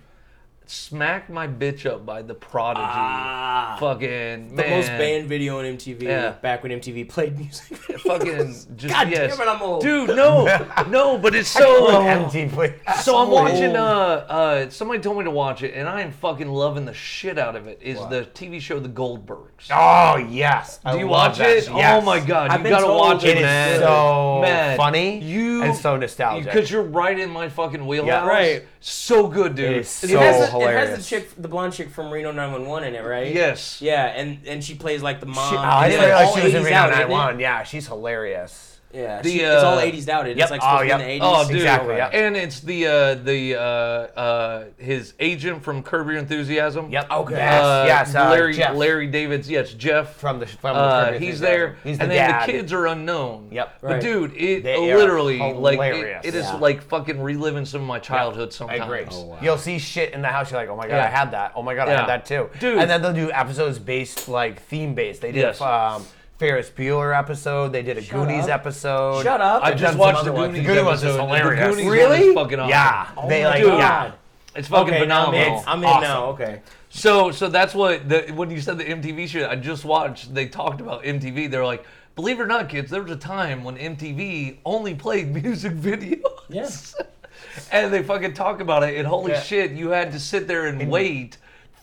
[SPEAKER 1] Smack My Bitch Up by The Prodigy.
[SPEAKER 2] Ah.
[SPEAKER 1] fucking.
[SPEAKER 2] The most
[SPEAKER 1] man.
[SPEAKER 2] banned video on MTV
[SPEAKER 1] Yeah.
[SPEAKER 2] back when MTV played music.
[SPEAKER 1] Fucking just
[SPEAKER 2] God
[SPEAKER 1] yes.
[SPEAKER 2] damn it, I'm old.
[SPEAKER 1] Dude, no, no, but it's so.
[SPEAKER 4] Empty, please.
[SPEAKER 1] So I'm watching.
[SPEAKER 2] old.
[SPEAKER 1] Uh, uh, somebody told me to watch it, and I am fucking loving the shit out of it. Is the TV show The Goldbergs?
[SPEAKER 4] Oh yes. I
[SPEAKER 1] Do you
[SPEAKER 4] love
[SPEAKER 1] watch
[SPEAKER 4] that.
[SPEAKER 1] it?
[SPEAKER 4] Yes.
[SPEAKER 1] Oh my god,
[SPEAKER 2] I've
[SPEAKER 1] you
[SPEAKER 2] been
[SPEAKER 1] gotta
[SPEAKER 2] told
[SPEAKER 1] watch it,
[SPEAKER 4] It is
[SPEAKER 1] man.
[SPEAKER 4] so
[SPEAKER 1] Man,
[SPEAKER 4] funny
[SPEAKER 1] you
[SPEAKER 4] and so nostalgic.
[SPEAKER 1] Because you're right in my fucking wheelhouse.
[SPEAKER 4] Yeah.
[SPEAKER 2] Right.
[SPEAKER 1] So good, dude.
[SPEAKER 4] It is
[SPEAKER 1] It
[SPEAKER 4] so
[SPEAKER 1] hasn't-
[SPEAKER 4] hilarious.
[SPEAKER 2] It has the chick, the blonde chick from Reno 911 in it, right?
[SPEAKER 1] Yes.
[SPEAKER 2] Yeah, and and she plays like the mom.
[SPEAKER 4] She, oh, I
[SPEAKER 2] It's,
[SPEAKER 4] didn't
[SPEAKER 2] like,
[SPEAKER 4] realize
[SPEAKER 2] all
[SPEAKER 4] she was in
[SPEAKER 2] 80s
[SPEAKER 4] Reno
[SPEAKER 2] out, isn't it?
[SPEAKER 4] 911. Yeah, she's hilarious.
[SPEAKER 2] Yeah,
[SPEAKER 1] The,
[SPEAKER 2] she, it's all
[SPEAKER 1] uh,
[SPEAKER 2] 80s outed.
[SPEAKER 4] yep.
[SPEAKER 2] It's like
[SPEAKER 4] Oh,
[SPEAKER 2] supposed to
[SPEAKER 4] yep.
[SPEAKER 2] be in the 80s.
[SPEAKER 1] Oh, dude.
[SPEAKER 4] Exactly, yeah.
[SPEAKER 1] And it's the uh, the uh, uh, his agent from Curb Your Enthusiasm.
[SPEAKER 4] Yep.
[SPEAKER 2] Okay.
[SPEAKER 4] Yes.
[SPEAKER 1] Uh,
[SPEAKER 4] yes. Uh,
[SPEAKER 1] Larry
[SPEAKER 4] Jeff
[SPEAKER 1] Larry David's. Yes, Jeff.
[SPEAKER 4] from the from
[SPEAKER 1] uh,
[SPEAKER 4] the
[SPEAKER 1] he's there,
[SPEAKER 4] He's the
[SPEAKER 1] and then
[SPEAKER 4] dad.
[SPEAKER 1] the kids are unknown.
[SPEAKER 4] Yep.
[SPEAKER 1] But
[SPEAKER 2] Right.
[SPEAKER 1] dude, it
[SPEAKER 4] They are
[SPEAKER 1] literally like it-
[SPEAKER 4] hilarious.
[SPEAKER 1] it is
[SPEAKER 2] Yeah.
[SPEAKER 1] like fucking reliving some of my childhood.
[SPEAKER 4] I
[SPEAKER 1] Sometimes
[SPEAKER 4] agree.
[SPEAKER 2] Oh, wow.
[SPEAKER 4] You'll see shit in the house. You're like, oh my god,
[SPEAKER 1] Yeah.
[SPEAKER 4] I had that. Oh my god, I
[SPEAKER 1] Yeah.
[SPEAKER 4] had that too.
[SPEAKER 1] Dude.
[SPEAKER 4] And then they'll do episodes based like theme based. They did
[SPEAKER 1] Yes.
[SPEAKER 4] um, Ferris Bueller episode. They did a Goonies
[SPEAKER 2] up.
[SPEAKER 4] episode.
[SPEAKER 2] Shut up.
[SPEAKER 1] I
[SPEAKER 4] I've
[SPEAKER 1] just
[SPEAKER 4] done
[SPEAKER 1] watched
[SPEAKER 4] some
[SPEAKER 1] the
[SPEAKER 4] other ones.
[SPEAKER 1] Goonies.
[SPEAKER 4] The Goonies one's
[SPEAKER 1] episode. and
[SPEAKER 4] hilarious.
[SPEAKER 1] The Goonies
[SPEAKER 2] Really?
[SPEAKER 1] one is fucking awesome.
[SPEAKER 4] Yeah.
[SPEAKER 2] Oh
[SPEAKER 4] they
[SPEAKER 2] my
[SPEAKER 4] like
[SPEAKER 1] God.
[SPEAKER 4] yeah.
[SPEAKER 1] It's fucking
[SPEAKER 2] okay, now I'm in.
[SPEAKER 1] phenomenal.
[SPEAKER 2] I'm in
[SPEAKER 4] Awesome.
[SPEAKER 2] now. Okay.
[SPEAKER 1] So, so that's what the, when you said the MTV shit, I just watched. They talked about MTV. They're like, believe it or not, kids, there was a time when MTV only played music videos.
[SPEAKER 2] Yes.
[SPEAKER 1] and they fucking talk about it. And holy
[SPEAKER 4] Yeah.
[SPEAKER 1] shit, you had to sit there and wait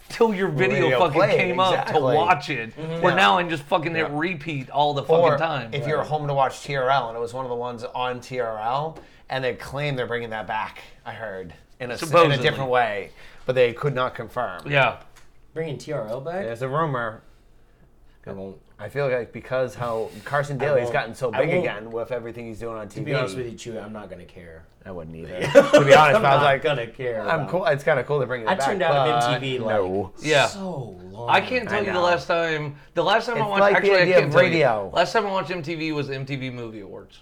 [SPEAKER 1] till your video,
[SPEAKER 4] Video
[SPEAKER 1] fucking
[SPEAKER 4] played,
[SPEAKER 1] came up to
[SPEAKER 4] exactly. Mm-hmm.
[SPEAKER 1] watch it. Where now I'm just fucking hit repeat all the fucking
[SPEAKER 4] Or
[SPEAKER 1] time.
[SPEAKER 4] if you're home to watch TRL, and it was one of the ones on TRL, and they claim they're bringing that back. I heard in a, in a
[SPEAKER 1] Supposedly.
[SPEAKER 4] different way, but they could not confirm.
[SPEAKER 1] yeah.
[SPEAKER 2] Bringing TRL back.
[SPEAKER 4] There's a rumor
[SPEAKER 2] I won't.
[SPEAKER 4] I feel like because how Carson Daly's
[SPEAKER 2] won't-
[SPEAKER 4] gotten so
[SPEAKER 2] I
[SPEAKER 4] big
[SPEAKER 2] won't-
[SPEAKER 4] again with everything he's doing on TV.
[SPEAKER 2] To be honest with you, Chewy, I'm not gonna care.
[SPEAKER 4] I wouldn't either. to be
[SPEAKER 2] I'm
[SPEAKER 4] honest, I was
[SPEAKER 2] not
[SPEAKER 4] like,
[SPEAKER 2] gonna care.
[SPEAKER 4] I'm
[SPEAKER 2] about
[SPEAKER 4] cool. It's kind of cool to bring it
[SPEAKER 2] I
[SPEAKER 4] back.
[SPEAKER 2] turned out
[SPEAKER 4] but
[SPEAKER 2] of MTV like
[SPEAKER 4] no.
[SPEAKER 1] Yeah.
[SPEAKER 2] so long.
[SPEAKER 1] I can't tell
[SPEAKER 4] I
[SPEAKER 1] you the
[SPEAKER 4] know.
[SPEAKER 1] last time. The last time I
[SPEAKER 4] It's
[SPEAKER 1] watched
[SPEAKER 4] like the
[SPEAKER 1] actually
[SPEAKER 4] idea
[SPEAKER 1] I
[SPEAKER 4] of
[SPEAKER 1] can't tell you.
[SPEAKER 4] radio.
[SPEAKER 1] Last time I watched MTV was MTV Movie Awards.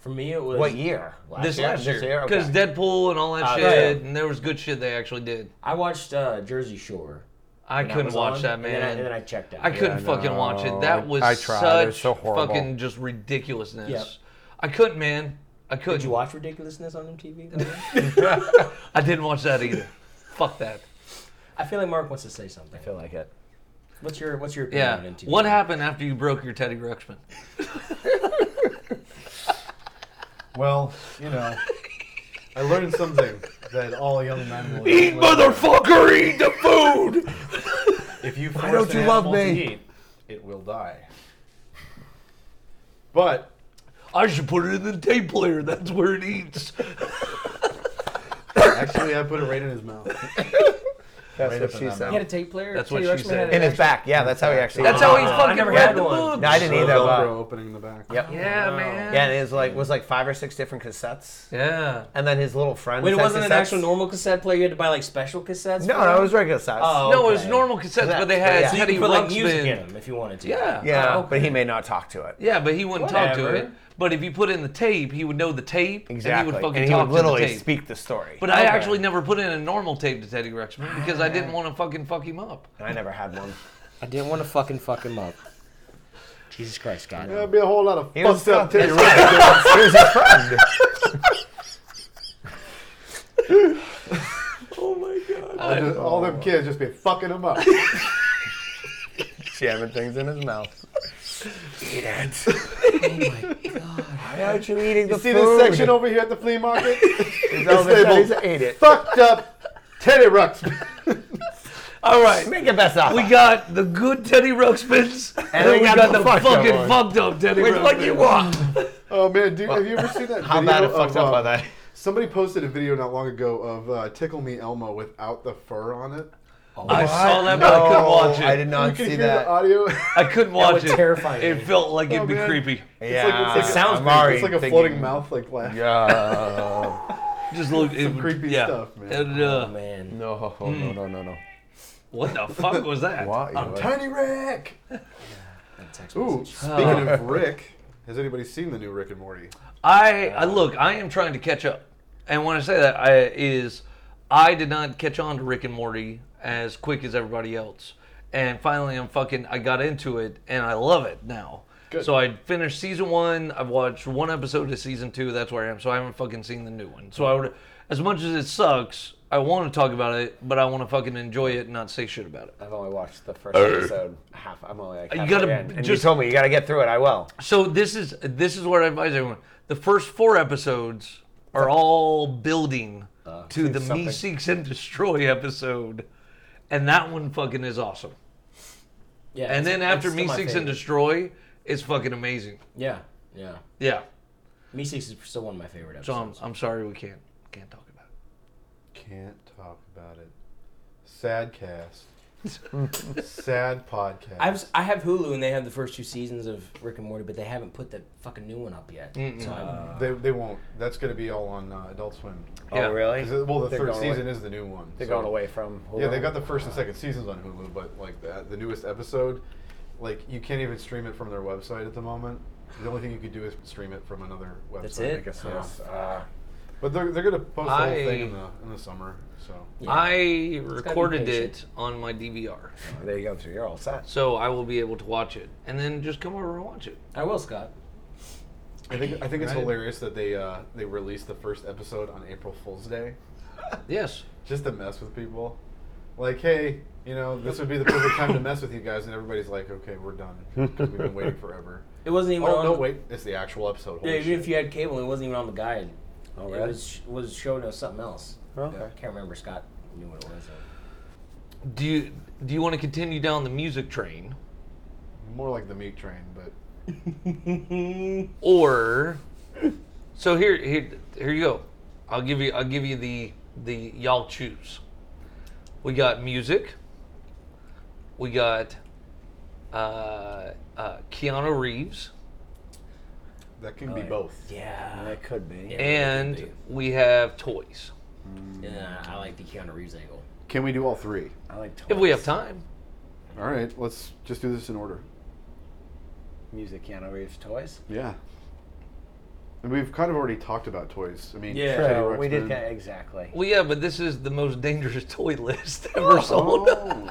[SPEAKER 2] For me, it was
[SPEAKER 4] What year? Last
[SPEAKER 1] This last
[SPEAKER 4] This
[SPEAKER 1] year,
[SPEAKER 4] Okay.
[SPEAKER 1] because Deadpool and all that
[SPEAKER 4] Ah,
[SPEAKER 1] shit,
[SPEAKER 4] right.
[SPEAKER 1] and there was good shit they actually did.
[SPEAKER 2] I watched uh, Jersey Shore.
[SPEAKER 1] I
[SPEAKER 2] when
[SPEAKER 1] couldn't
[SPEAKER 2] was
[SPEAKER 1] watch
[SPEAKER 2] on,
[SPEAKER 1] that,
[SPEAKER 2] And then, I,
[SPEAKER 1] man.
[SPEAKER 2] and then I checked out.
[SPEAKER 1] I couldn't
[SPEAKER 4] Yeah,
[SPEAKER 1] fucking watch it.
[SPEAKER 4] no,
[SPEAKER 1] That
[SPEAKER 4] I-
[SPEAKER 1] was
[SPEAKER 4] I tried. It was
[SPEAKER 1] such
[SPEAKER 4] so horrible.
[SPEAKER 1] fucking just ridiculousness.
[SPEAKER 2] Yep.
[SPEAKER 1] I couldn't, man. I couldn't.
[SPEAKER 2] Did you watch Ridiculousness on MTV? by the way?
[SPEAKER 1] I didn't watch that either. Fuck that.
[SPEAKER 2] I feel like Mark wants to say something.
[SPEAKER 4] I feel like it.
[SPEAKER 2] What's your What's your opinion
[SPEAKER 1] Yeah.
[SPEAKER 2] on MTV?
[SPEAKER 1] What happened after you broke your Teddy Ruxpin?
[SPEAKER 3] Well, you know, I learned something that all young men will
[SPEAKER 1] Eat, motherfucker, eat the food.
[SPEAKER 3] If you force
[SPEAKER 4] don't
[SPEAKER 3] an
[SPEAKER 4] you love
[SPEAKER 3] animal
[SPEAKER 4] me?
[SPEAKER 3] to eat, it will die. But
[SPEAKER 1] I should put it in the tape player. That's where it eats.
[SPEAKER 3] actually, I put it right in his mouth.
[SPEAKER 4] That's
[SPEAKER 3] Right
[SPEAKER 4] what
[SPEAKER 3] up in
[SPEAKER 4] she
[SPEAKER 3] that
[SPEAKER 4] said.
[SPEAKER 2] He had a tape player.
[SPEAKER 1] That's
[SPEAKER 2] Teddy
[SPEAKER 1] what she
[SPEAKER 2] Ruxpin
[SPEAKER 1] said.
[SPEAKER 2] had a
[SPEAKER 4] In his
[SPEAKER 2] tape-
[SPEAKER 4] back. Yeah, that's how he actually.
[SPEAKER 1] That's how he
[SPEAKER 2] Oh, I
[SPEAKER 1] fucking
[SPEAKER 2] never
[SPEAKER 1] read
[SPEAKER 2] had
[SPEAKER 1] the
[SPEAKER 2] one.
[SPEAKER 1] book.
[SPEAKER 4] No, I didn't either.
[SPEAKER 3] Velcro
[SPEAKER 4] But,
[SPEAKER 3] opening the back.
[SPEAKER 4] yep. Yeah.
[SPEAKER 1] Yeah,
[SPEAKER 2] Wow.
[SPEAKER 1] man.
[SPEAKER 4] And it was like was like five or six different cassettes,
[SPEAKER 1] Yeah.
[SPEAKER 4] and then his little friend.
[SPEAKER 2] Wait, it
[SPEAKER 4] sent
[SPEAKER 2] wasn't an
[SPEAKER 4] cassettes.
[SPEAKER 2] actual normal cassette player. You had to buy like special cassettes.
[SPEAKER 4] No,
[SPEAKER 2] for
[SPEAKER 4] no,
[SPEAKER 2] them?
[SPEAKER 4] it was regular cassettes.
[SPEAKER 2] Oh.
[SPEAKER 1] No, it was
[SPEAKER 2] Okay.
[SPEAKER 1] normal cassettes, but they
[SPEAKER 4] Yeah.
[SPEAKER 1] had
[SPEAKER 2] So you
[SPEAKER 1] Teddy
[SPEAKER 2] could put like music
[SPEAKER 1] Ruxpin.
[SPEAKER 2] in them if you wanted to.
[SPEAKER 1] Yeah.
[SPEAKER 4] Yeah,
[SPEAKER 2] Oh,
[SPEAKER 4] but he may not talk to it.
[SPEAKER 1] Yeah, but he wouldn't talk
[SPEAKER 2] Whatever.
[SPEAKER 1] to it. But if you put in the tape, he would know the tape, and he
[SPEAKER 4] Exactly.
[SPEAKER 1] would fucking
[SPEAKER 4] and he
[SPEAKER 1] talk
[SPEAKER 4] would literally
[SPEAKER 1] to the tape.
[SPEAKER 4] speak the story.
[SPEAKER 1] But I actually never put in a normal tape to Teddy Ruxpin because I didn't want to fucking fuck him up.
[SPEAKER 4] I never had one.
[SPEAKER 2] I didn't want to fucking fuck him up. Jesus Christ, God.
[SPEAKER 3] There'll be a whole lot of
[SPEAKER 4] He was
[SPEAKER 3] fucked up
[SPEAKER 4] fucked.
[SPEAKER 3] Teddy Ruxpin.
[SPEAKER 4] Here's his friend.
[SPEAKER 3] Just- All them kids just be fucking him up.
[SPEAKER 4] Jamming things in his mouth. Eat it. oh my god. Why aren't you eating the
[SPEAKER 3] See
[SPEAKER 4] food?
[SPEAKER 3] this section over here at the flea market?
[SPEAKER 4] It's
[SPEAKER 3] It's labeled
[SPEAKER 4] labeled, Eat it.
[SPEAKER 3] fucked up Teddy Ruxpin.
[SPEAKER 1] All right,
[SPEAKER 4] Make it best out.
[SPEAKER 1] we got the good Teddy Ruxpins, and,
[SPEAKER 4] we
[SPEAKER 1] we
[SPEAKER 4] got
[SPEAKER 1] got,
[SPEAKER 4] the
[SPEAKER 1] the,
[SPEAKER 4] fucked up
[SPEAKER 1] fucking
[SPEAKER 4] one.
[SPEAKER 1] fucked up Teddy
[SPEAKER 4] Which
[SPEAKER 1] Ruxpin.
[SPEAKER 4] one do you want?
[SPEAKER 3] Oh man, dude, have you ever seen that?
[SPEAKER 4] How
[SPEAKER 3] video
[SPEAKER 4] bad it
[SPEAKER 3] of,
[SPEAKER 4] fucked up
[SPEAKER 3] uh,
[SPEAKER 4] by that?
[SPEAKER 3] Somebody posted a video not long ago of uh, Tickle Me Elmo without the fur on it.
[SPEAKER 1] I saw that, but I
[SPEAKER 4] No,
[SPEAKER 1] couldn't watch it.
[SPEAKER 4] I did
[SPEAKER 3] you
[SPEAKER 4] not
[SPEAKER 3] can
[SPEAKER 4] see
[SPEAKER 3] hear
[SPEAKER 4] that.
[SPEAKER 3] the audio.
[SPEAKER 1] I couldn't watch
[SPEAKER 2] would
[SPEAKER 1] it.
[SPEAKER 2] terrify me.
[SPEAKER 1] It felt like it'd be
[SPEAKER 3] man.
[SPEAKER 1] creepy.
[SPEAKER 4] yeah,
[SPEAKER 3] it's like, it's like
[SPEAKER 2] sounds
[SPEAKER 4] I'm
[SPEAKER 2] creepy.
[SPEAKER 4] already
[SPEAKER 3] it's like a
[SPEAKER 4] thinking-
[SPEAKER 3] floating mouth, like laugh.
[SPEAKER 4] Yeah.
[SPEAKER 1] Just look, it would-
[SPEAKER 3] creepy
[SPEAKER 1] yeah.
[SPEAKER 3] stuff, man.
[SPEAKER 1] And, uh,
[SPEAKER 2] Oh, man.
[SPEAKER 4] no, no, no, no, no.
[SPEAKER 1] What the fuck was that?
[SPEAKER 4] Why?
[SPEAKER 3] I'm Tiny Rick.
[SPEAKER 2] That text
[SPEAKER 3] Ooh,
[SPEAKER 2] message.
[SPEAKER 3] speaking of Rick, has anybody seen the new Rick and Morty?
[SPEAKER 1] I, I look, I am trying to catch up. And when I say that, I is I did not catch on to Rick and Morty as quick as everybody else. And finally I'm fucking I got into it and I love it now.
[SPEAKER 3] Good.
[SPEAKER 1] So I finished season one. I've watched one episode of season two. That's where I am. So I haven't fucking seen the new one. So I would, as much as it sucks, I want to talk about it, but I want to fucking enjoy it and not say shit about it.
[SPEAKER 4] I've only watched the first episode. Half. I'm only like
[SPEAKER 1] You
[SPEAKER 4] halfway
[SPEAKER 1] gotta
[SPEAKER 4] in. And
[SPEAKER 1] just-
[SPEAKER 4] you told me you gotta get through it. I will.
[SPEAKER 1] So this is this is what I advise everyone. The first four episodes are all building
[SPEAKER 2] Uh,
[SPEAKER 1] to the Me
[SPEAKER 4] something.
[SPEAKER 1] Seeks and Destroy episode, and that one fucking is awesome.
[SPEAKER 2] Yeah,
[SPEAKER 1] And
[SPEAKER 2] it's-
[SPEAKER 1] then
[SPEAKER 2] it's
[SPEAKER 1] after
[SPEAKER 2] still
[SPEAKER 1] Me
[SPEAKER 2] my
[SPEAKER 1] Seeks and
[SPEAKER 2] favorite.
[SPEAKER 1] Destroy, it's fucking amazing.
[SPEAKER 2] Yeah, yeah.
[SPEAKER 1] Yeah.
[SPEAKER 2] Me Six is still one of my favorite
[SPEAKER 1] So I'm,
[SPEAKER 2] episodes.
[SPEAKER 1] I'm sorry we can't can't talk about it.
[SPEAKER 3] Can't talk about it. Sad cast. Sad podcast.
[SPEAKER 2] I've s- I have Hulu and they have the first two seasons of Rick and Morty, but they haven't put the fucking new one up yet. So
[SPEAKER 1] Uh,
[SPEAKER 2] I'm,
[SPEAKER 3] they, they won't. That's going to be all on uh, Adult Swim.
[SPEAKER 1] Yeah.
[SPEAKER 4] Oh, really?
[SPEAKER 3] 'Cause it- well, the
[SPEAKER 4] They're
[SPEAKER 3] third
[SPEAKER 4] going
[SPEAKER 3] season
[SPEAKER 4] away.
[SPEAKER 3] is the new one.
[SPEAKER 4] They're
[SPEAKER 3] so-
[SPEAKER 4] going away from.
[SPEAKER 3] Yeah, they
[SPEAKER 4] Hulu.
[SPEAKER 3] got the first and second seasons on Hulu, but like the, the newest episode, like you can't even stream it from their website at the moment. The only thing you could do is stream it from another website.
[SPEAKER 2] That's
[SPEAKER 3] I
[SPEAKER 2] it?
[SPEAKER 3] guess.
[SPEAKER 2] Oh,
[SPEAKER 3] Yes.
[SPEAKER 4] Uh,
[SPEAKER 2] fuck.
[SPEAKER 3] But they're, they're gonna post the whole thing in
[SPEAKER 1] I-
[SPEAKER 3] the in the summer. So
[SPEAKER 2] yeah.
[SPEAKER 1] I
[SPEAKER 2] gotta be
[SPEAKER 1] recorded it
[SPEAKER 2] patient.
[SPEAKER 1] on my DVR,
[SPEAKER 4] There you go. So you're all set.
[SPEAKER 1] so I will be able to watch it and then just come over and watch it.
[SPEAKER 2] I will, Scott.
[SPEAKER 3] I think I think it's
[SPEAKER 1] Right.
[SPEAKER 3] hilarious that they uh, they released the first episode on April Fool's Day,
[SPEAKER 1] Yes.
[SPEAKER 3] just to mess with people. Like, hey, you know, this would be the perfect time to mess with you guys, and everybody's like, okay, we're done because we've been waiting forever.
[SPEAKER 2] It wasn't even
[SPEAKER 3] Oh
[SPEAKER 2] on.
[SPEAKER 3] no,
[SPEAKER 2] the-
[SPEAKER 3] wait, it's the actual episode.
[SPEAKER 2] Yeah,
[SPEAKER 3] Holy
[SPEAKER 2] even
[SPEAKER 3] shit.
[SPEAKER 2] if you had cable, it wasn't even on the guide.
[SPEAKER 4] Oh,
[SPEAKER 2] It
[SPEAKER 4] really?
[SPEAKER 2] was was showing us something else.
[SPEAKER 4] Okay.
[SPEAKER 2] I can't remember. Scott knew what it was. though.
[SPEAKER 1] Do you do you want to continue down the music train,
[SPEAKER 3] More like the meat train, but
[SPEAKER 1] or so here here here you go. I'll give you I'll give you the the y'all choose. We got music. We got uh, uh, Keanu Reeves,
[SPEAKER 3] that can
[SPEAKER 2] Oh,
[SPEAKER 3] be both.
[SPEAKER 2] Yeah.
[SPEAKER 4] Uh, It could be.
[SPEAKER 2] Yeah.
[SPEAKER 1] and we have toys.
[SPEAKER 2] Yeah, I like the Keanu Reeves angle.
[SPEAKER 3] Can we do all three?
[SPEAKER 4] I like. Toys.
[SPEAKER 1] If we have time,
[SPEAKER 3] All right, let's just do this in order.
[SPEAKER 4] music, Keanu Reeves toys.
[SPEAKER 3] Yeah. And we've kind of already talked about toys. I mean,
[SPEAKER 2] Yeah.
[SPEAKER 4] True.
[SPEAKER 3] Teddy
[SPEAKER 4] we did
[SPEAKER 3] Ruxpin.
[SPEAKER 4] that exactly.
[SPEAKER 1] well, yeah, but this is the most dangerous toy list ever sold.
[SPEAKER 3] Oh.